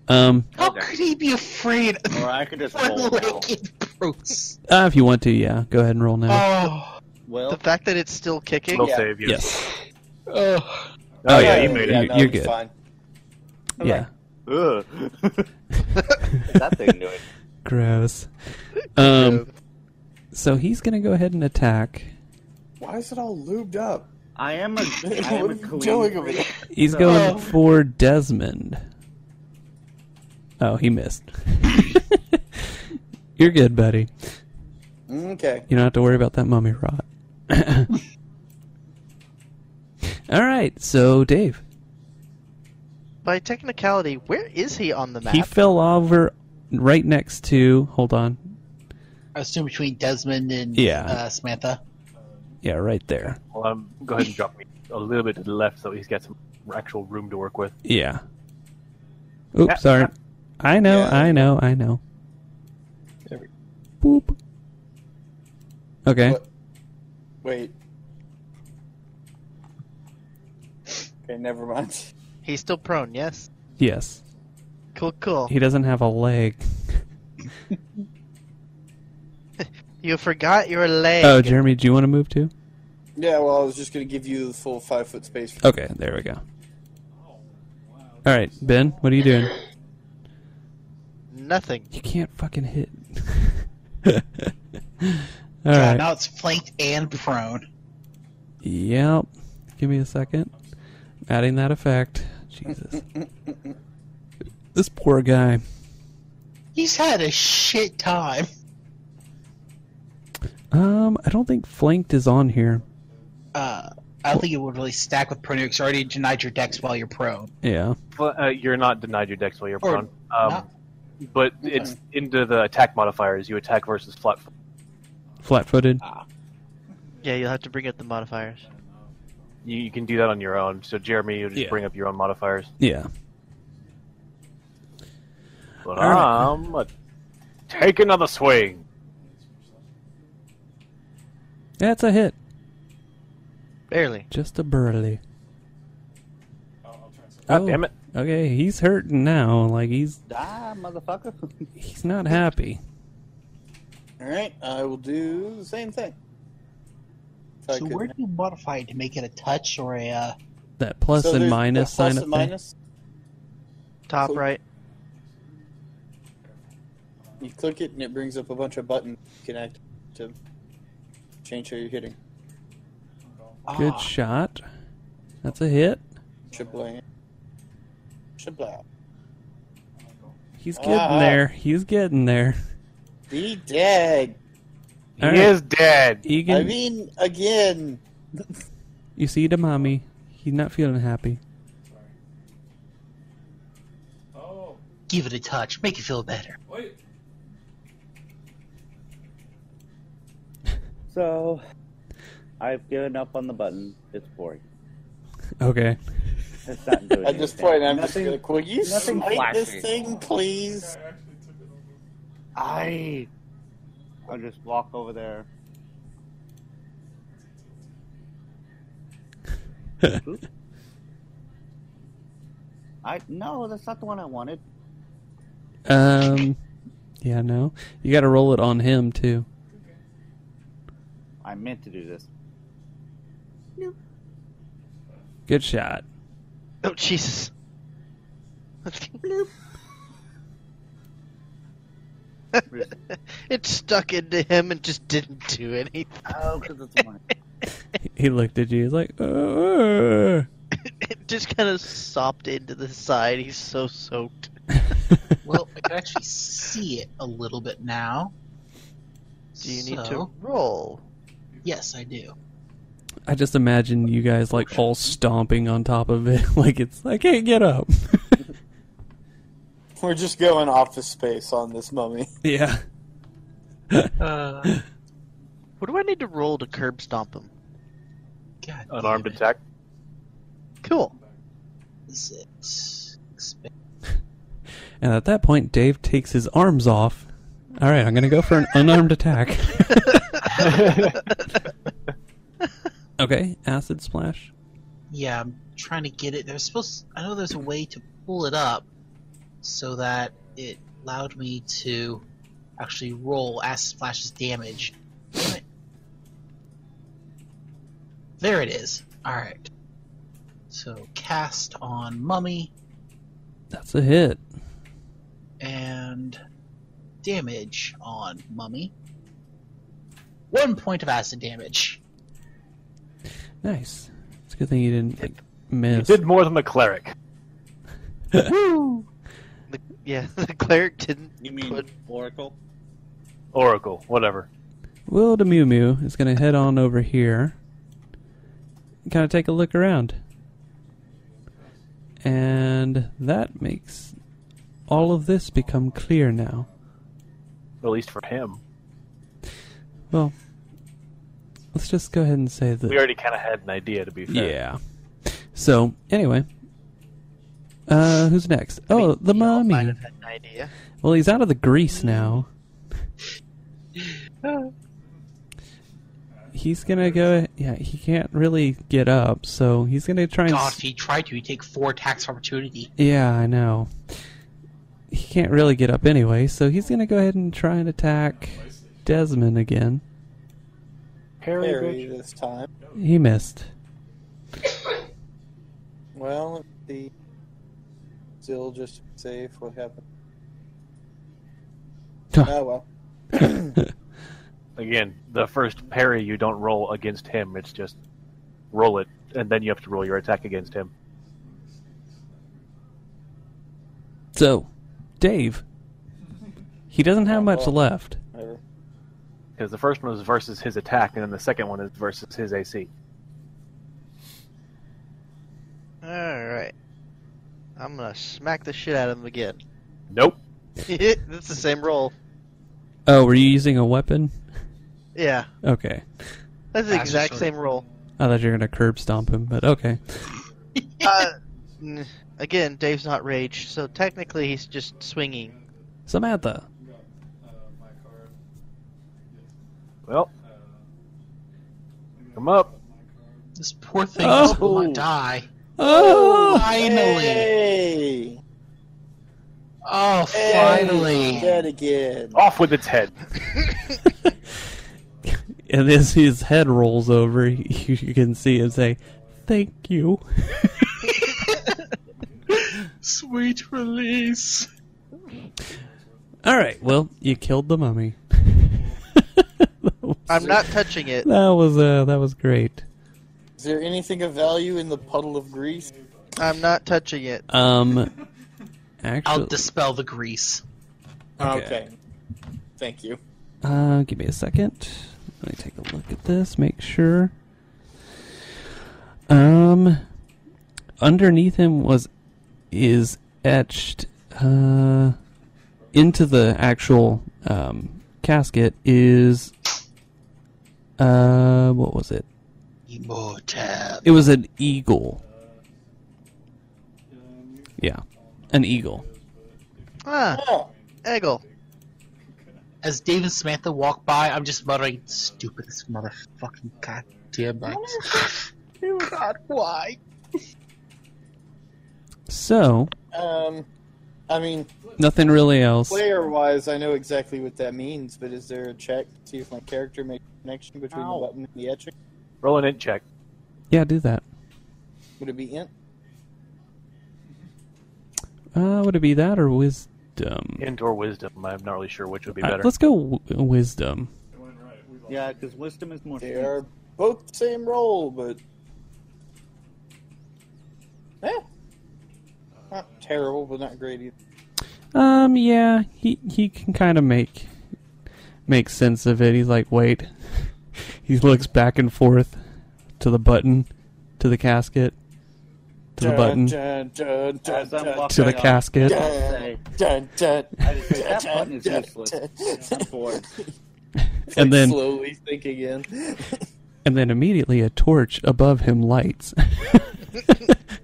Um, How Okay. could he be afraid of Or I could just roll now. one-legged Bruce? uh, if you want to, yeah, go ahead and roll now. Oh, The Well, fact that it's still kicking. It'll Yeah. save you. yes, oh. Oh yeah, you made Yeah, it. no, you're good. Fine. yeah, ugh. that thing doing? gross. Um, so he's gonna go ahead and attack. Why is it all lubed up? I am a. I am what are a you clean doing over there? He's So- going Oh. for Desmond. Oh, he missed. You're good, buddy. Mm, Okay. You don't have to worry about that mummy rot. All right, so Dave, By technicality, where is he on the map? he fell over right next to. Hold on, I assume between Desmond and Yeah. uh, Samantha. yeah, right there. Well, um, go ahead and drop me a little bit to the left so he's got some actual room to work with. Yeah. Oops, sorry. I know, Yeah. I know, I know. There we Boop. Okay. What? Wait. Okay, never mind. He's still prone. Yes. Yes. Cool. Cool. He doesn't have a leg. You forgot your leg. Oh, Jeremy, do you want to move too? Yeah, well, I was just gonna give you the full five foot space. For- Okay, there we go. All right, Ben, what are you doing? nothing. You can't fucking hit. All Yeah, right. Now it's flanked and prone. Yep. Give me a second. Adding that effect. Jesus. this poor guy. He's had a shit time. Um, I don't think flanked is on here. Uh, I don't think it would really stack with prone because you already denied your dex while you're prone. Yeah. Well, uh, you're not denied your dex while you're Or prone. Um, not. but it's into the attack modifiers. You attack versus flat. Flat footed. Yeah, you'll have to bring up the modifiers. You, you can do that on your own. So Jeremy, you just Yeah. bring up your own modifiers. Yeah. But All right. I'm a, take another swing. That's a hit. Barely. Just a burly. I'll, I'll try and say God Oh, damn it! Okay, he's hurting now. Like he's Die, motherfucker. he's not happy. All right, I will do the same thing. If I So could- where do you modify it to make it a touch or a? Uh, That plus So and there's minus a sign plus of and thing. minus. Top Cool. right. You click it and it brings up a bunch of buttons you can act to change how you're hitting. Good ah, shot. That's a hit. Triple A. Triple A. He's getting Ah. there. He's getting there. Be dead. All he right. is dead. Egan, I mean, again. you see the mommy. He's not feeling happy. Oh, give it a touch, make it feel better. wait. So, I've given up on the button. It's boring. Okay. It's not doing At this anything. point, I'm Nothing- just gonna. Will you nothing smite this flashy. thing, please? I actually took it over. I. I'll just walk over there. Oop. I no, that's not the one I wanted. Um. Yeah. No. You got to roll it on him too. I meant to do this. Good shot. Oh Jesus. it stuck into him and just didn't do anything. Oh, because it's mine. He looked at you. He's like, "Uh, It just kind of sopped into the side. He's so soaked. Well, I can actually see it a little bit now. Do you need to So- roll? Yes, I do. I just imagine you guys like all stomping on top of it, like it's I can't get up. We're just going office space on this mummy. yeah. Uh, What do I need to roll to curb stomp him? God damn Unarmed it. attack. Cool. Is it- exp- And at that point, Dave takes his arms off. All right, I'm gonna go for an unarmed attack. okay, acid splash. Yeah, I'm trying to get it. There's supposed. I know there's a way to pull it up, so that it allowed me to actually roll acid splashes damage. Damn it. There it is. All right. So cast on mummy That's a hit. and damage on mummy. One point of acid damage. Nice. It's a good thing you didn't like, You miss. did more than the cleric. The, yeah, the cleric didn't. You mean Put- Oracle? Oracle, whatever. Will the Mew Mew is going to head on over here and kind of take a look around. And that makes all of this become clear now. At least for him. Well, let's just go ahead and say that. We already kind of had an idea, to be fair. yeah. So, anyway. Uh, who's next? I mean, Oh, the we all mummy. Might have had an idea. Well, he's out of the grease now. He's gonna go. Yeah, he can't really get up, so he's gonna try and. God, s- if he tried to, he'd take four attacks of opportunity. Yeah, I know. He can't really get up anyway, so he's gonna go ahead and try and attack Desmond again. Parry, Harry bitch. this time. He missed. Well, the still just safe. What happened? Oh well. Again, the first parry you don't roll against him. It's just roll it, and then you have to roll your attack against him. So, Dave, he doesn't have much Well- left. Whatever. Because the first one is versus his attack, and then the second one is versus his AC. All right. I'm gonna smack the shit out of him again. Nope. That's the same roll. Oh, were you using a weapon? Yeah, Okay. that's the exact same roll. I thought you were going to curb stomp him, but okay. Uh, n- again, Dave's not raged, so technically he's just swinging. Samantha. Uh, my card. Well, come up. This poor thing Oh. just will not die. Oh! Finally! Hey! Oh, Hey! finally! Dead again. Off with its head. And as his head rolls over, you, you can see him say, Thank you. Sweet release. All right, well, you killed the mummy. I'm not touching it. That was uh, that was great. Is there anything of value in the puddle of grease? I'm not touching it. Um, I'll actually, dispel the grease. Okay. Thank you. uh, give me a second. Let me take a look at this. Make sure. Um, underneath him was is etched uh, into the actual um, casket is uh what was it? Emotab. It was an eagle. Yeah, an eagle. Ah, Oh, Eggle. As Dave and Samantha walk by, I'm just muttering, stupidest motherfucking goddamn bugs." God, why? So um, I mean, nothing really else. player wise, I know exactly what that means, but is there a check to see if my character makes a connection between Ow. the button and the etching? Roll an int check. Yeah, do that. Would it be int? Uh, would it be that or wisdom? Int or wisdom. I'm not really sure which would be All right, better. Uh, let's go w- wisdom. It went right. We lost. Yeah, because wisdom is more. They are both the same roll, but. Eh. Not terrible, but not great either. Um, yeah, he he can kind of make make sense of it. He's like, wait. he looks back and forth to the button, to the casket, to the Dun, button, to dun, dun, dun, As I'm dun, walking- the dun, casket. dun, dun, dun, I just go, dun, that button is dun, useless. dun. I'm bored. And It's like then- slowly thinking in. And then immediately a torch above him lights.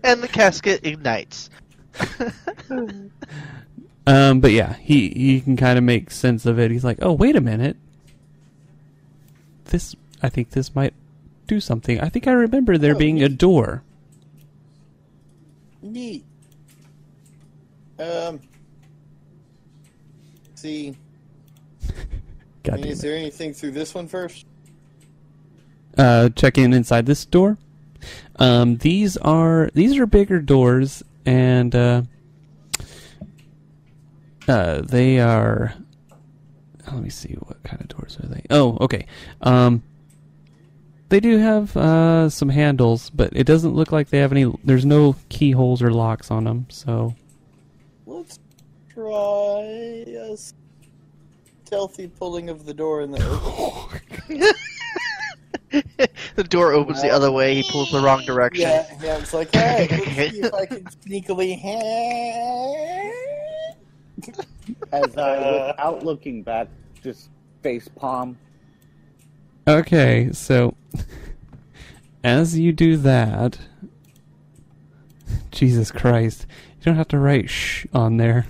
And the casket ignites. um, but yeah, he, he can kind of make sense of it. He's like, oh, wait a minute. This, I think this might do something. I think I remember there Oh, being a door. Neat. Um. See, I God mean, damn is it. there anything through this one first? Uh, check in inside this door. Um, these are these are bigger doors, and uh, uh, they are. Let me see what kind of doors are they. Oh, okay. Um, they do have uh, some handles, but it doesn't look like they have any. There's no keyholes or locks on them, so Let's try a stealthy pulling of the door in the open. the door opens the other way. He pulls the wrong direction. yeah, yeah, it's like, hey, let's see if I can sneakily ha- As I, without looking back, just face palm. Okay, so as you do that, Jesus Christ, you don't have to write shh on there.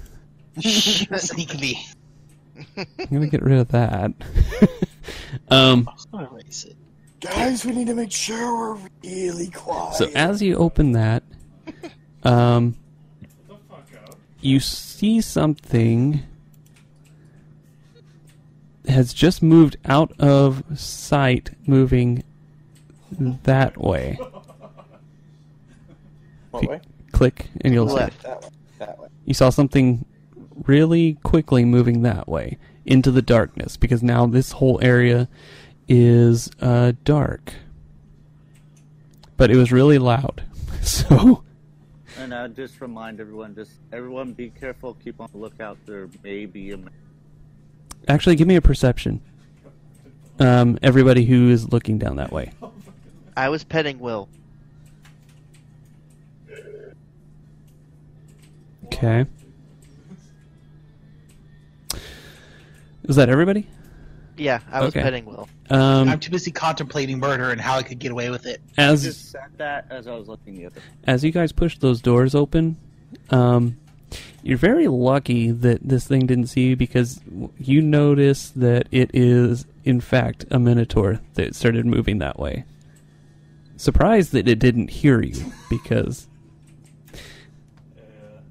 Sneakily. I'm gonna get rid of that. um, Erase it. Guys, we need to make sure we're really quiet. so as you open that, um, What the fuck up? you see something has just moved out of sight, moving that way. what way? Click, and you'll see. Left. That way. That way. you saw something really quickly moving that way into the darkness because now this whole area is uh, dark. But it was really loud, so And I just remind everyone, just everyone be careful, keep on the lookout. There may be a man. actually, give me a perception. Um, everybody who is looking down that way. I was petting Will. Okay. Is that everybody? Yeah, I was Okay. petting Will. Um, I'm too busy contemplating murder and how I could get away with it. I as just said that as I was looking the other. as you guys push those doors open, um, you're very lucky that this thing didn't see you because you notice that it is, in fact, a minotaur that started moving that way. Surprised that it didn't hear you because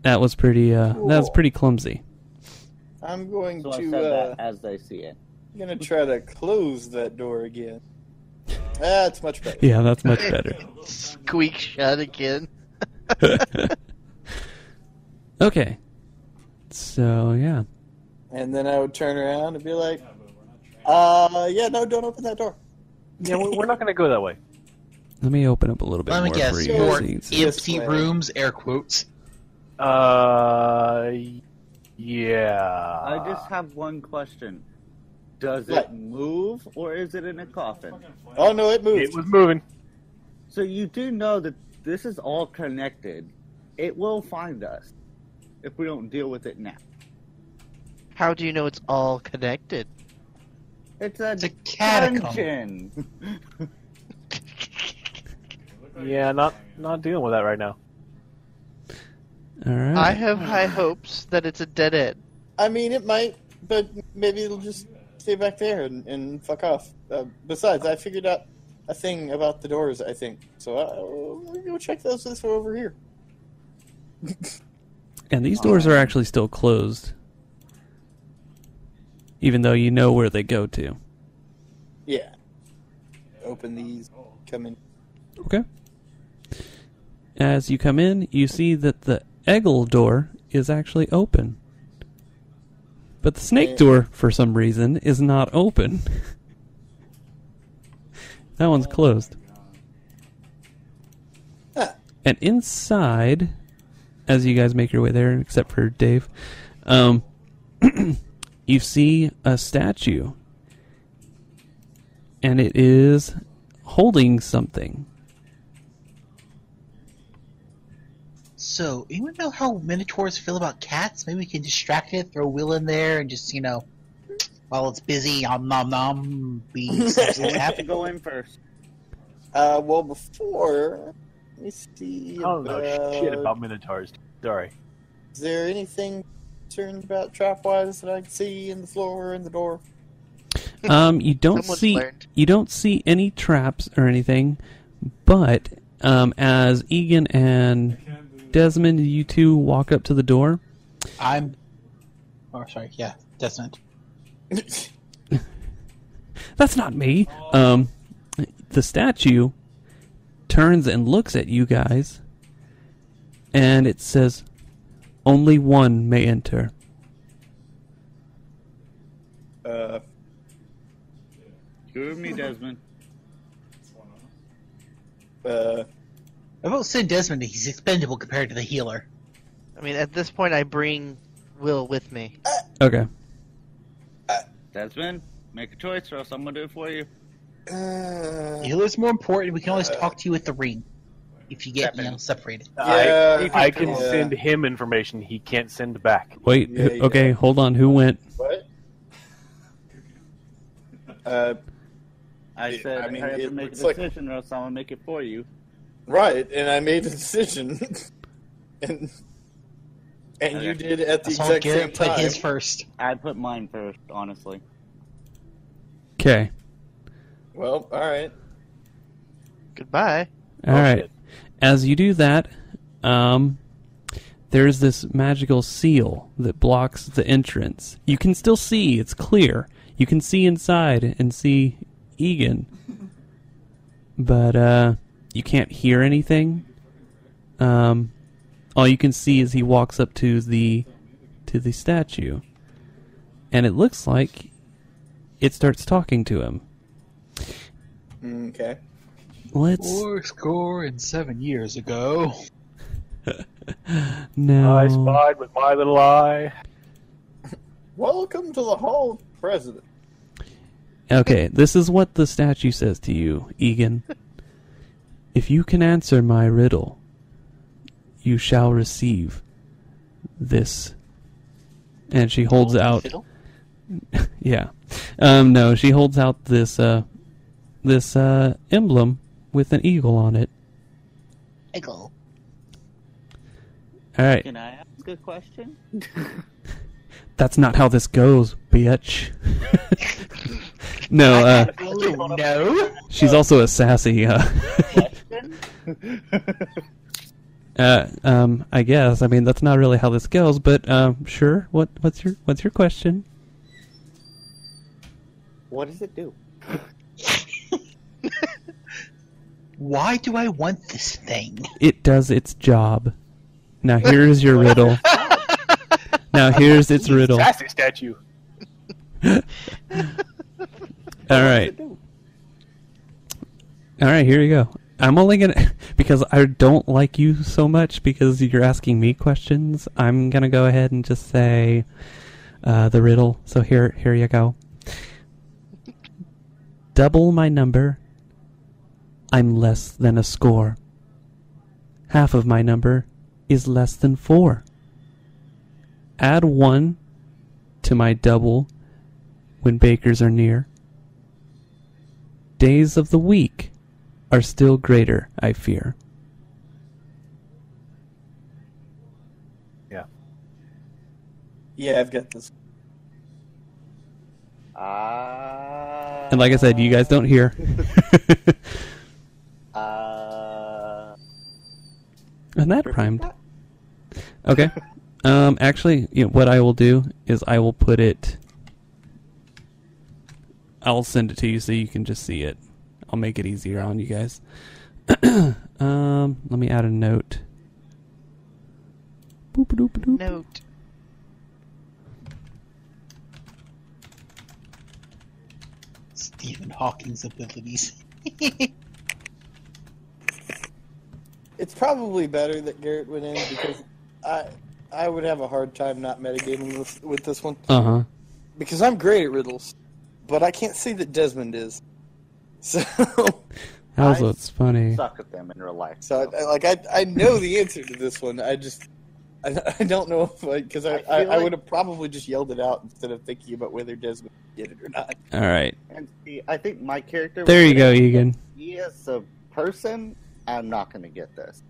that was pretty uh, that was pretty clumsy. I'm going So I said to uh, that as I see it. I'm gonna try to close that door again. That's much better. Yeah, that's much better. Squeak shut again. okay, so yeah, And then I would turn around and be like, "Uh, yeah, no, don't open that door." Yeah, we- we're not going to go that way. let me open up a little bit Let me more for guess. you. you're Your guys so you can see. empty This way. rooms, air quotes. Uh, y- yeah. I just have one question: Does What? it move, or is it in a coffin? Oh no, it moved. It was moving. So you do know that this is all connected. It will find us if we don't deal with it now. How do you know it's all connected? It's a, It's a catacomb. dungeon. Yeah, not not dealing with that right now. All right. I have high hopes that it's a dead end. I mean, it might, but maybe it'll just stay back there and, and fuck off. Uh, besides, I figured out a thing about the doors. I think so. Uh, we'll go check those this way over here. And these doors are actually still closed. Even though you know where they go to. Yeah. Open these. Come in. Okay. As you come in, you see that the Eggle door is actually open. But the snake Eh. door, for some reason, is not open. that one's closed. Ah. And inside, as you guys make your way there, except for Dave, um, you see a statue. And it is holding something. So, anyone know how minotaurs feel about cats? Maybe we can distract it, throw Will in there, and just, you know, while it's busy, om nom nom, be we have to go in first. Uh, well, before let me see. I don't know Oh, shit about minotaurs. Sorry. Is there anything concerned about trap wise that I can see in the floor or in the door? Um, you don't Someone's see learned. you don't see any traps or anything, but um, as Egan and Desmond, you two walk up to the door. I'm. Oh, sorry, yeah, Desmond. That's not me. Um, the statue turns and looks at you guys, and it says, "Only one may enter." Uh, You and me, Desmond. uh, I about Sid Desmond? He's expendable compared to the healer. I mean, at this point, I bring Will with me. Okay. Desmond, make a choice, or else I'm gonna do it for you. uh, The healer's more important. We can always talk to you with the ring if you get, you know, separated. Yeah, I, I can yeah. send him information he can't send back. Wait. Yeah, who- yeah. okay. Hold on. Who went? what? Uh, I It- said I I, mean, have it to make a looks like- decision, or else I'm gonna make it for you. right, and I made a decision, and and you did at the I saw exact same Garrett put time. his first. I put mine first, honestly. Okay. Well, all right. Goodbye. All Oh, right. shit. As you do that, um, there's this magical seal that blocks the entrance. You can still see; it's clear. You can see inside and see Egan, but uh, you can't hear anything. Um, all you can see is he walks up to the to the statue, and it looks like it starts talking to him. Okay. Let's Four score and seven years ago. no. I spied with my little eye. Welcome to the Hall of President. Okay, this is what the statue says to you, Egan. if you can answer my riddle, you shall receive this. And she holds out. Fiddle? Yeah. Um, no, she holds out this uh, this uh, emblem with an eagle on it. Eagle. All right, Can I ask a question? that's not how this goes, bitch. no, uh, Oh no! she's also a sassy. Uh, uh, um, I guess. I mean, that's not really how this goes, but um, sure. What what's your what's your question? What does it do? Why do I want this thing? It does its job. Now here's your riddle. Now here's its riddle. All Sassy statue. right. All right, here you go. I'm only gonna because I don't like you so much because you're asking me questions. I'm gonna go ahead and just say uh, the riddle. So here, here you go. Double my number. I'm less than a score. Half of my number is less than four. Add one to my double when bakers are near. Days of the week are still greater, I fear. Yeah. Yeah, I've got this. Ah. And like I said, you guys don't hear. Uh, and that rhymed. Okay. Um, actually, you know, what I will do is I will put it. I'll send it to you so you can just see it. I'll make it easier on you guys. um, let me add a note. Boop-a-doop-a-doop. Note. Stephen Hawking's abilities. It's probably better that Garrett went in because I I would have a hard time not metagaming with, with this one Uh huh. because I'm great at riddles, but I can't see that Desmond is. So, How's it's funny? suck at them in real life. so uh, I, I- like I I know the answer to this one. I just I, I don't know if like because I I I, feel I, like- would have probably just yelled it out instead of thinking about whether Desmond did it or not. All right. And see, I think my character. There you go, Egan. He is a person. I'm not going to get this.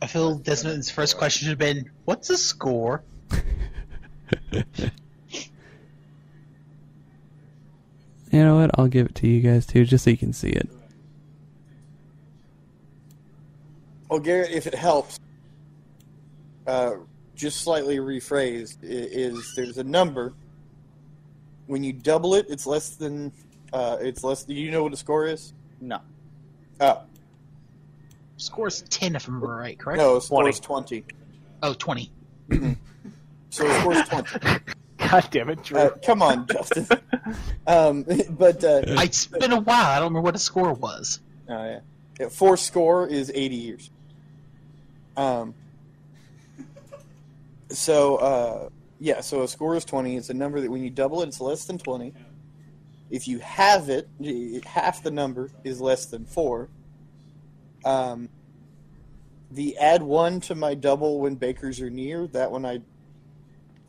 I feel Desmond's first question should have been, "What's a score?" You know what? I'll give it to you guys too, just so you can see it. Well, Garrett, if it helps, uh, just slightly rephrased, i- is there's a number. When you double it, it's less than. Uh, it's less. Do you know what a score is? No. Oh Score's ten, if I remember right. Correct? no, a score is twenty. Oh, 20. So a score is twenty. God damn it, Drew. Uh, come on, Justin. um, but uh, I- It's been a while. I don't remember what a score was. Oh yeah. yeah. Four score is eighty years. Um. So uh, yeah, so a score is twenty. It's a number that when you double it, it's less than twenty. If you have it, y- half the number is less than four. Um, the add one to my double when bakers are near. That one I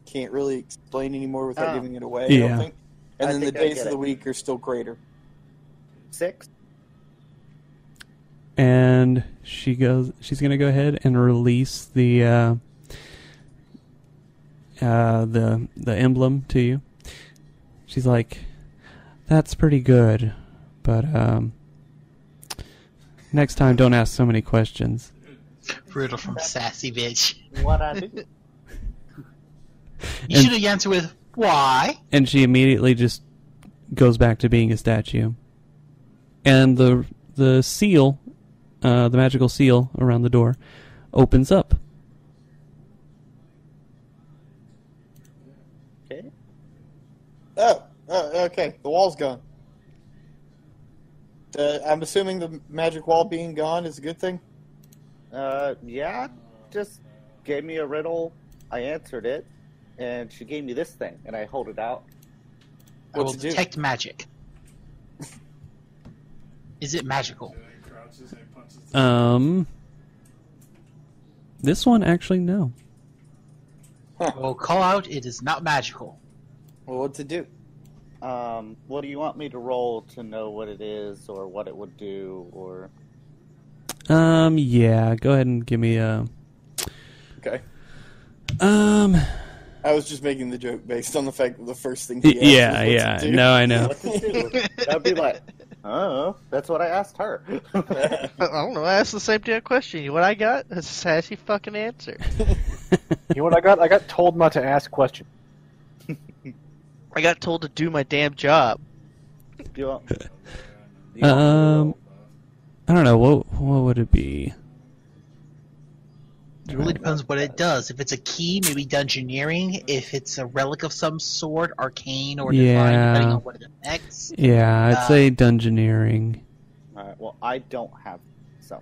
can't really explain anymore without Oh. giving it away. I Yeah. don't think. And I then think the I days get of the it. week are still greater. Six. and she goes she's going to go ahead and release the uh, uh, the the emblem to you she's like that's pretty good but um, next time don't ask so many questions Riddle from Sassy Bitch. What I do? You And- should have answered with, why? and she immediately just goes back to being a statue and the the seal uh, the magical seal around the door opens up Oh, okay, the wall's gone. Uh, I'm assuming the magic wall being gone is a good thing. Uh, yeah, just gave me a riddle. I answered it, and she gave me this thing, and I hold it out. I will What'd you do? detect magic. Is it magical? Then he crouches and punches the Um, this one actually no. I will call out it is not magical. Well, what's it do? Um, what do you want me to roll to know what it is, or what it would do, or Um, yeah. Go ahead and give me a. Okay, Um. I was just making the joke based on the fact that the first thing. y- He Yeah. asked was, Yeah. "What's it do?" No, I know. what to do? I'd be like, oh, that's what I asked her. I don't know. I asked the same damn question. What I got? That's a sassy fucking answer. You know what I got? I got told not to ask questions. I got told to do my damn job. do you want, do you want me to Um. roll? I don't know what what would it be. It really depends what it does. If it's a key, maybe dungeoneering. If it's a relic of some sort, arcane or divine, Yeah. depending on what it affects. Yeah, I'd Uh, say dungeoneering. All right, well, I don't have so.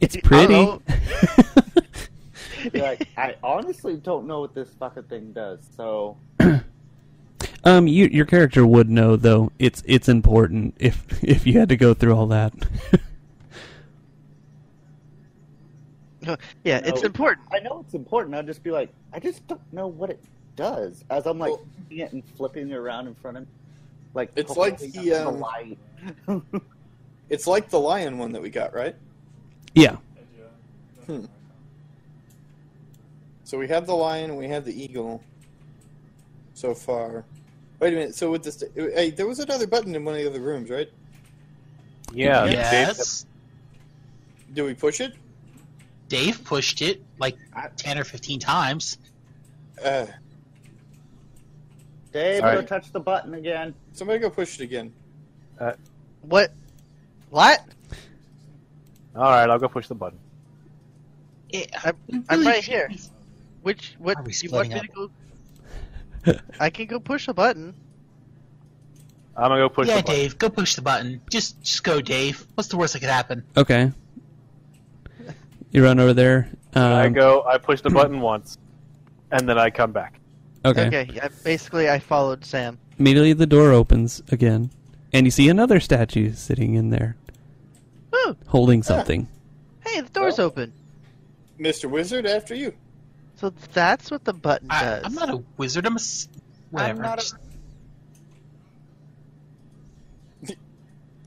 It's I pretty. don't Like, I honestly don't know what this fucking thing does. So, um, you, your character would know though. It's it's important if if you had to go through all that. Yeah, it's No. important. I know it's important. I'll just be like, I just don't know what it does. As I'm like looking at and flipping it around in front of, me, like It's like holding the, up um, light. It's like the lion one that we got, right? yeah. idea. Hmm. So we have the lion and we have the eagle. So far, wait a minute. So with this, hey, there was another button in one of the other rooms, right? Yeah. yes. Did we push it? Dave pushed it like 10 or 15 times. Uh, Dave, Sorry. go touch the button again. somebody go push it again. What? What? All right, I'll go push the button. It, I'm, I'm right here. Which? What? Are we You want splitting me to go? I can go push a button. I'm gonna go push yeah, the button. Dave, go push the button. Just, just go, Dave. What's the worst that could happen? Okay. You run over there. Um, I go. I push the button once, and then I come back. okay. I, basically, I followed Sam. Immediately the door opens again, and you see another statue sitting in there Woo! holding something. Hey, the door's Well. open. Mr. Wizard, after you. So that's what the button I, does. I'm not a wizard. I'm a. s- Whatever. not a- Just-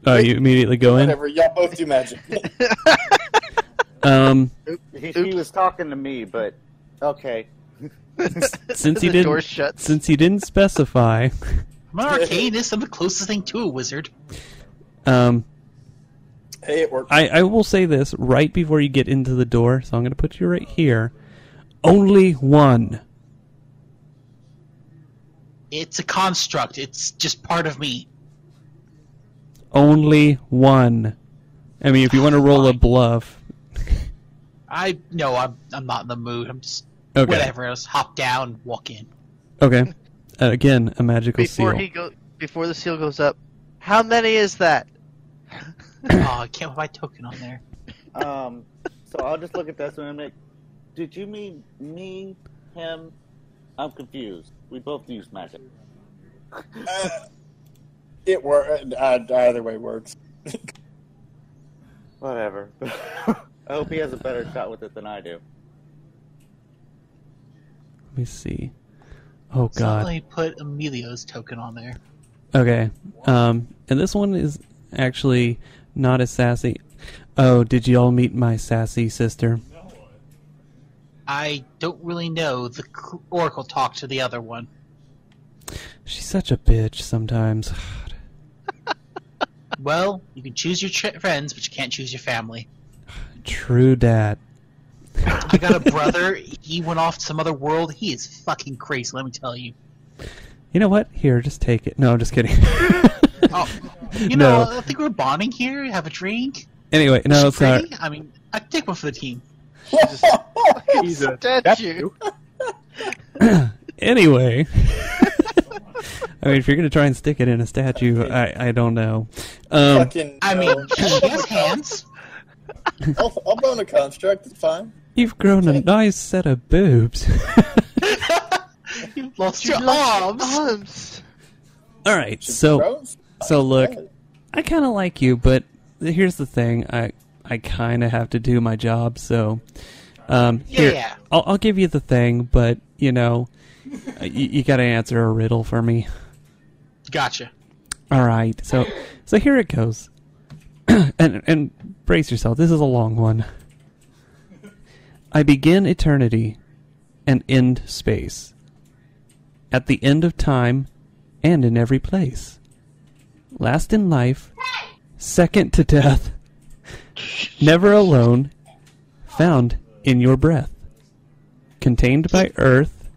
Oh, you immediately go in. Whatever, y'all both do magic. Um, He, he was talking to me, but okay. since the you didn't door shuts. since you didn't specify, I'm an arcanist. I'm the closest thing to a wizard. um, hey, it worked. I, I will say this right before you get into the door, so I'm going to put you right here. Only one. It's a construct. It's just part of me. Only one. I mean, if you want to roll a bluff. I no, I'm I'm not in the mood. I'm just Okay. whatever. I'll just hop down, walk in. Okay. Uh, again, a magical before seal. he go, before the seal goes up. How many is that? oh, I can't put my token on there. Um, so I'll just look at this and I'm like, did you mean me, him? I'm confused. We both use magic. Uh, it uh, worked. Either way works. Whatever. I hope he has a better shot with it than I do. Let me see. Oh So god. let me put Emilio's token on there. Okay. Um, and this one is actually not as sassy. Oh, did you all meet my sassy sister? I don't really know. The c- Oracle talked to the other one. She's such a bitch sometimes. God. Well, you can choose your tr- friends, but you can't choose your family. True dat. I got a brother. he went off to some other world. He is fucking crazy. Let me tell you. You know what? Here, just take it. No, I'm just kidding. Oh, you No. know, I think we're bonding here. Have a drink. anyway, no, She's sorry. pretty. I mean, I take one for the team. He's a Statue. Anyway. I mean, if you're gonna try and stick it in a statue, I, I don't know. Um, Fucking. I no. mean, she has hands. I'll, I'll bone a construct. It's fine. you've grown a nice set of boobs. You lost your You lost arms. arms. All right, so Gross. so look, Hey, I kind of like you, but here's the thing: I I kind of have to do my job, so um, here Yeah. I'll, I'll give you the thing, but you know, you, you got to answer a riddle for me. Gotcha. All right, so so here it goes, and and brace yourself. This is a long one. I begin eternity, and end space. At the end of time, and in every place. Last in life, second to death. Never alone, found in your breath. Contained by earth,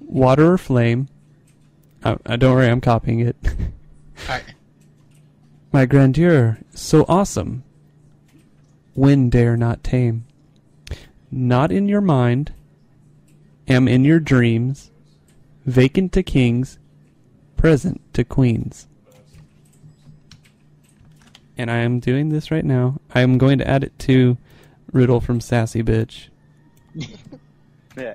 water or flame. I, I don't worry, I'm copying it. Alright. My grandeur, so awesome. When dare not tame. Not in your mind, am in your dreams, vacant to kings, present to queens. And I am doing this right now. I am going to add it to Riddle from Sassy Bitch. Yeah.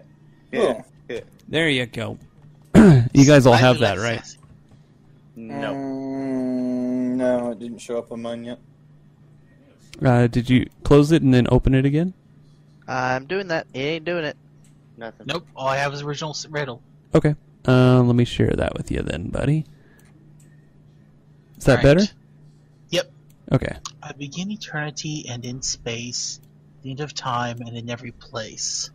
Yeah. yeah. There you go. you guys all I have do that, like right? sassy. uh, No. mm, no, it didn't show up on mine yet. Uh, did you close it and then open it again? I'm doing that. He ain't doing it. Nothing. Nope. All I have is original s- riddle. Okay. Uh, let me share that with you then, buddy. Is that Alright. better? Yep. Okay. I begin eternity and in space, the end of time and in every place.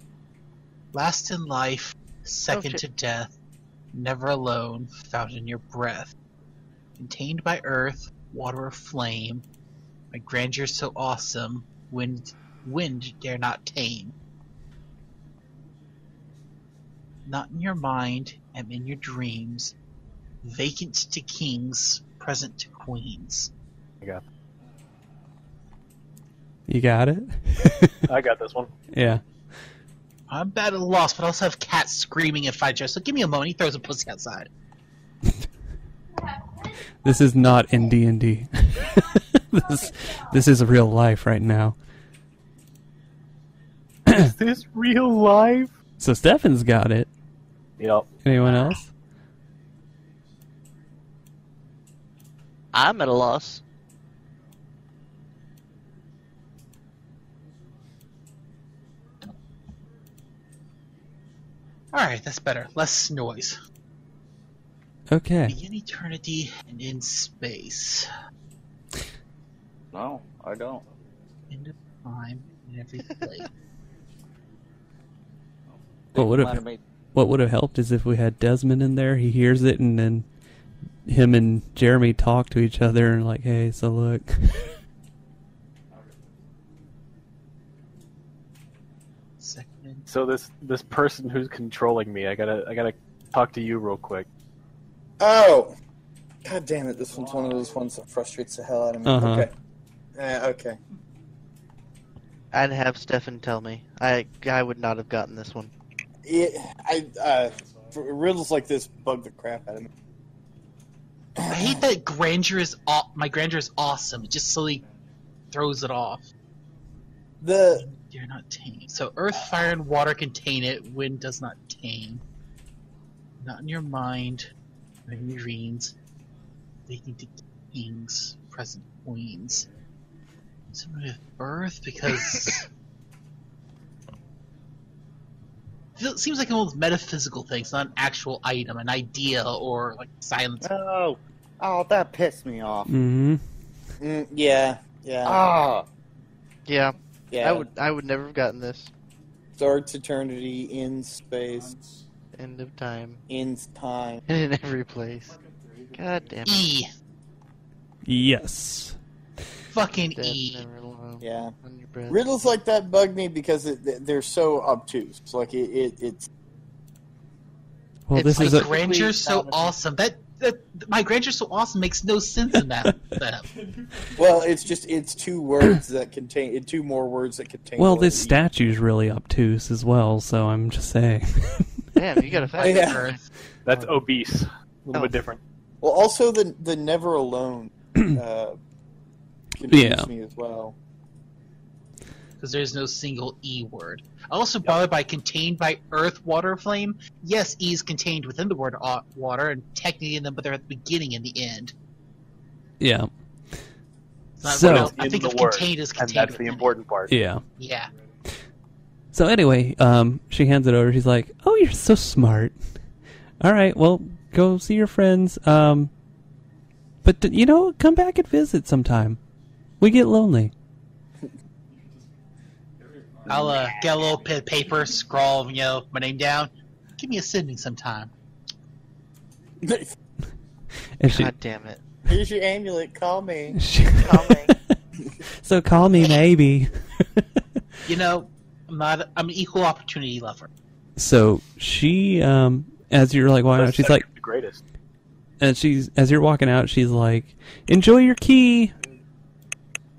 Last in life, second shit. to death, never alone, found in your breath. Contained by earth, water, or flame, my grandeur so awesome, wind, wind dare not tame. Not in your mind, am in your dreams, vacant to kings, present to queens. I got, You got it? I got this one. yeah. I'm bad at a loss, but I also have cats screaming at Fight Joe, so give me a moment. He throws a pussy outside. This is not in D&D. this, this is real life right now. Is this real life? So Stefan's got it. Yep. Anyone else? I'm at a loss. Alright, that's better. Less noise. Okay. Begin eternity and in space. No, I don't. End of time and every place. What would Might have have made- what would have helped is if we had Desmond in there. He hears it and then him and Jeremy talk to each other and like, "Hey, so look." Second. So this this person who's controlling me, I gotta I gotta talk to you real quick. Oh, god damn it! This one's one of those ones that frustrates the hell out of me. Uh-huh. Okay. Uh, okay. I'd have Stefan tell me. I I would not have gotten this one. It, I uh, for, riddles like this bug the crap out of me. I hate that grandeur is aw- my grandeur is awesome. It just slowly throws it off. The You're not tame. So earth, fire, and water contain it. Wind does not tame. Not in your mind, not in your dreams. Leading to kings, present queens. Something with earth because. it seems like an old metaphysical thing. It's not an actual item, an idea, or like silence. Oh, oh, that pissed me off. mhm. mm, yeah yeah Ah, Yeah, yeah. I would. I would never have gotten this. Starts eternity in space End of time ends time. and in every place. God damn it. E, Yes. fucking Death E. never alone. Yeah. On your breath. Riddles like that bug me because it, th- they're so obtuse. Like it, it it's Well, It's this My is a grandure's so awesome. That, that my grandure's so awesome makes no sense in that setup. well, it's just it's two words that contain it, two more words that contain. Well, the this letter E. statue's really obtuse as well, so I'm just saying. Damn, you got a Oh, fact. yeah. Earth. That's obese. little Oh. bit different. Well, also the the never alone. Uh, confused Yeah. me as well. because there's no single E word. I'm also bothered by contained by earth, water, flame. Yes, E is contained within the word au- water, and technically in them, but they're at the beginning and the end. Yeah. It's not- So- well, I In think the of word, contained as And contained. that's the within it. important part. Yeah. Yeah. So anyway, um, she hands it over. She's like, "Oh, you're so smart. All right, well, go see your friends. Um, but d- you know, come back and visit sometime. We get lonely. I'll uh, get a little bit of paper, scrawl, you know, my name down. Give me a Sydney sometime. And she, God damn it. Here's your amulet. Call me. she Call me. so call me maybe. You know, I'm not. I'm an equal opportunity lover. so she, um, as you're like walking out, That's she's like, the greatest. and she's as you're walking out, she's like, "Enjoy your key.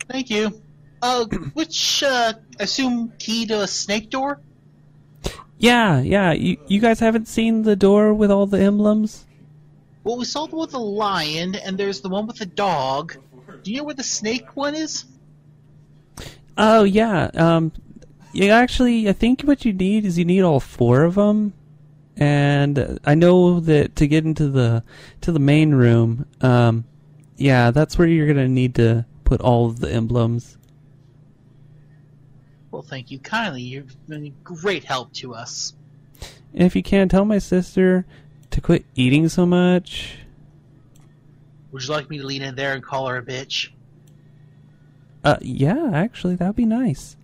Thank you. Uh, which uh, assume key to a snake door? Yeah, yeah. You you guys haven't seen the door with all the emblems. Well, we saw the one with the lion, and there's the one with the dog. Do you know where the snake one is? Oh yeah. Um, yeah. Actually, I think what you need is you need all four of them. And uh, I know that to get into the to the main room, um, yeah, that's where you're gonna need to put all of the emblems. Well, thank you kindly. You've been a great help to us. And if you can, tell my sister to quit eating so much. Would you like me to lean in there and call her a bitch? Uh, yeah, actually, that'd be nice.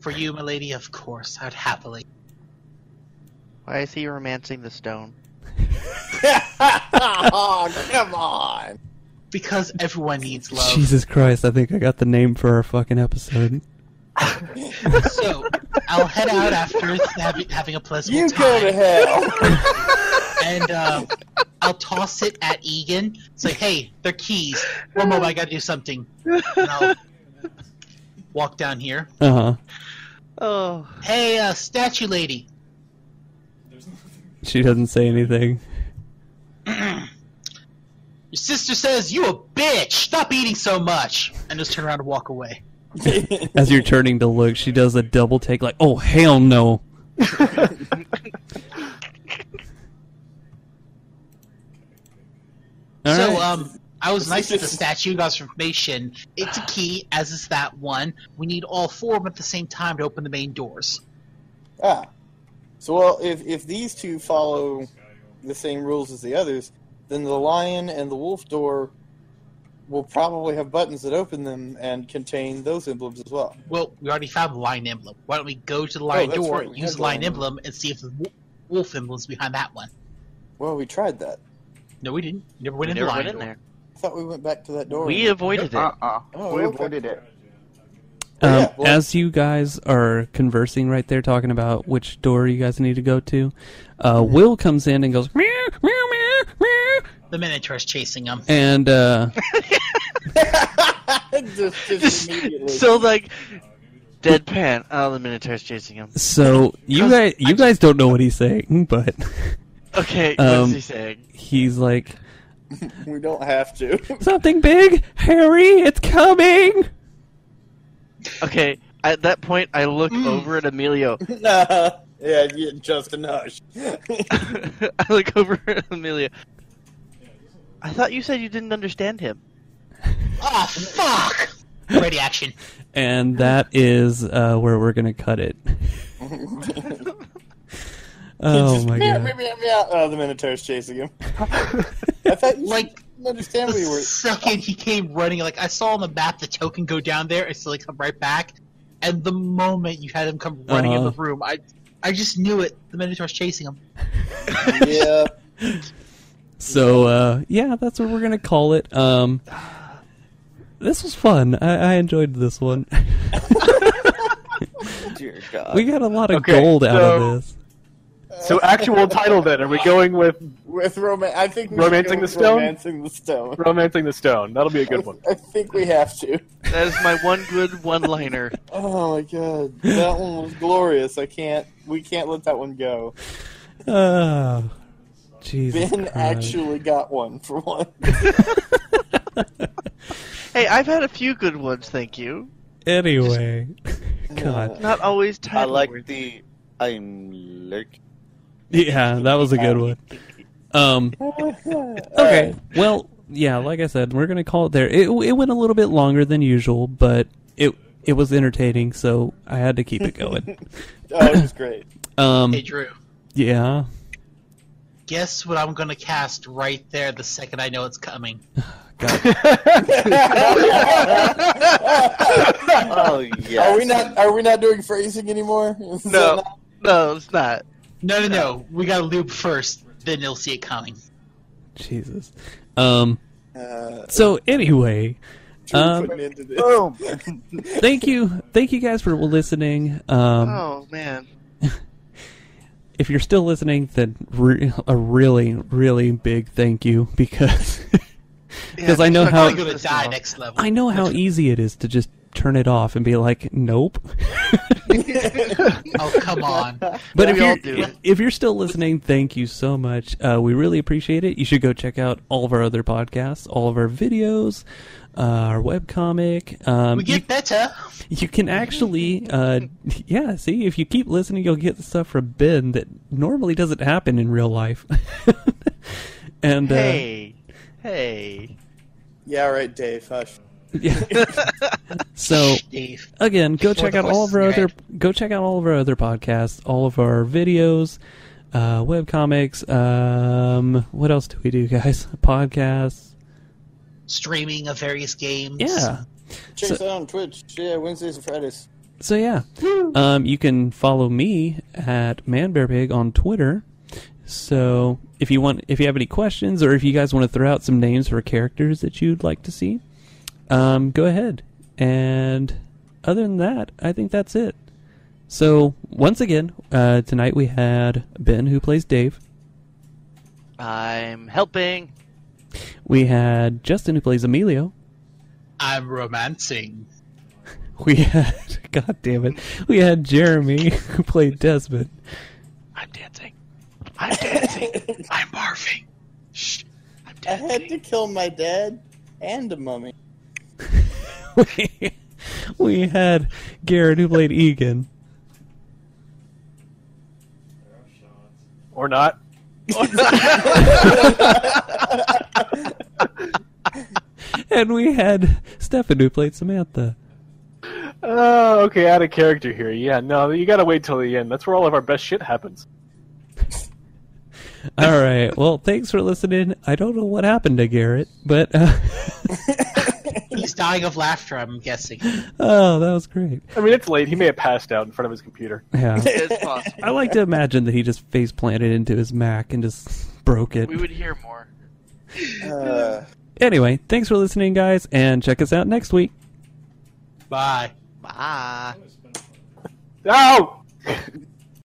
For you, my lady, of course, I'd happily. Why is he romancing the stone? oh, come on. Because everyone needs love. Jesus Christ, I think I got the name for our fucking episode. So, I'll head out after having, having a pleasant You time. go to hell. and uh, I'll toss it at Egan. It's like, hey, they're keys. One moment, I gotta do something. And I'll walk down here. Uh huh. Oh. Hey, uh, statue lady. There's nothing. She doesn't say anything. Your sister says you a bitch. Stop eating so much, and just turn around and walk away. As you're turning to look, she does a double take, like, oh, hell no. All so, right. um, I was nice to the statue. Got some information. It's a key, as is that one. We need all four of them at the same time to open the main doors. Ah. So, well, if, if these two follow the same rules as the others, then the lion and the wolf door will probably have buttons that open them and contain those emblems as well. Well, we already found the lion emblem. Why don't we go to the lion that's door, right, we use had the lion lion emblem. emblem, and see if the wo- wolf emblem's behind that one? Well, we tried that. No, we didn't. We never went We in Uh, the never lion went in door. there. I thought we went back to that door. We avoided it. Uh-uh. Oh, we okay. avoided it. Um, yeah, well- as you guys are conversing right there, talking about which door you guys need to go to, uh, Will comes in and goes, meow, meow, meow, meow, The Minotaur's chasing him. and uh, just, just Just- immediately. so like deadpan. Oh, the Minotaur's chasing him. so you Cause guys, you guys don't know what he's saying, but Okay, Um, what's he saying? he's like, we don't have to. something big, Harry, it's coming. Okay, at that point, I look over at Emilio. nah. Yeah, yeah, Justin Hush. I look over at Emilio. I thought you said you didn't understand him. Oh, fuck! Ready action. And that is uh, where we're gonna cut it. oh Just my meow, god! meow, meow, meow. Oh, the Minotaur's chasing him. I thought you Like, didn't understand The we were. second he came running, like, I saw on the map the token go down there, and so, like, come right back. And the moment you had him come running in the Uh-huh. room, I I just knew it. The Minotaur's chasing him. Yeah. So uh, yeah, that's what we're gonna call it. Um, this was fun. I, I enjoyed this one. Dear God. we got a lot of Okay, gold out so- of this. So actual title then, are we going with With roman, I think we should Romancing go the with Stone? Romancing the stone. Romancing the Stone? That'll be a I, good one. I think we have to. That is my one good one-liner. Oh my god, that one was glorious. I can't. We can't let that one go. Oh, Jesus Ben Christ. actually got one for one. Hey, I've had a few good ones, thank you. Anyway, God, Not always I title like worthy. the I'm lurking. yeah, that was a good one. Um, okay, well, yeah, like I said, we're gonna call it there. It it went a little bit longer than usual, but it it was entertaining, so I had to keep it going. Oh, it was great. Um, Hey, Drew. yeah, Guess what I'm gonna cast right there the second I know it's coming. God, Oh yeah. Are we not? Are we not doing phrasing anymore? Is that No. not- No, it's not. No, no, no. We gotta loop first, then you'll see it coming. Jesus. Um, Uh, so anyway, Drew Um, putting into this. Oh. Boom. thank you, thank you guys for listening. Um, Oh man. if you're still listening, then re- a really, really big thank you because because I know I'm how I'm gonna die next level. I know how easy it is to just turn it off and be like, nope. Oh, come on. But We if all you're do it. if you're still listening, thank you so much. Uh, we really appreciate it. You should go check out all of our other podcasts, all of our videos, uh, our webcomic. Um, We get better. you, you can actually, uh, yeah, see if you keep listening, you'll get stuff from Ben that normally doesn't happen in real life. and uh, Hey. Hey. Yeah, right, Dave. Hush. Yeah. so Dave. again, go Before check the out all of our voices in other your go check out all of our other podcasts, all of our videos, uh, web comics. Um, what else do we do, guys? Podcasts. Streaming of various games. Yeah. Check So- us out on Twitch. Yeah, Wednesdays and Fridays. So yeah, um, you can follow me at manbearpig on Twitter. So if you want, if you have any questions, or if you guys want to throw out some names for characters that you'd like to see, um, go ahead. And other than that, I think that's it. So once again, uh, tonight we had Ben who plays Dave. I'm helping. We had Justin who plays Emilio. I'm romancing. We had, god damn it, we had Jeremy who played Desmond. I'm dancing. I'm dancing. I'm barfing. Shh. I'm I had dancing. to kill my dad and a mummy. we had Garrett who played Egan. There are shots. Or not. And we had Stefan who played Samantha. Oh, okay, out of character here. Yeah, no, you gotta wait till the end. That's where all of our best shit happens. All right. Well, thanks for listening. I don't know what happened to Garrett, but uh, He's dying of laughter, I'm guessing. oh, that was great. I mean, it's late. He may have passed out in front of his computer. Yeah. It's possible. I like to imagine that he just face planted into his Mac and just broke it. We would hear more. Uh, Anyway, thanks for listening, guys, and check us out next week. Bye. Bye. Oh!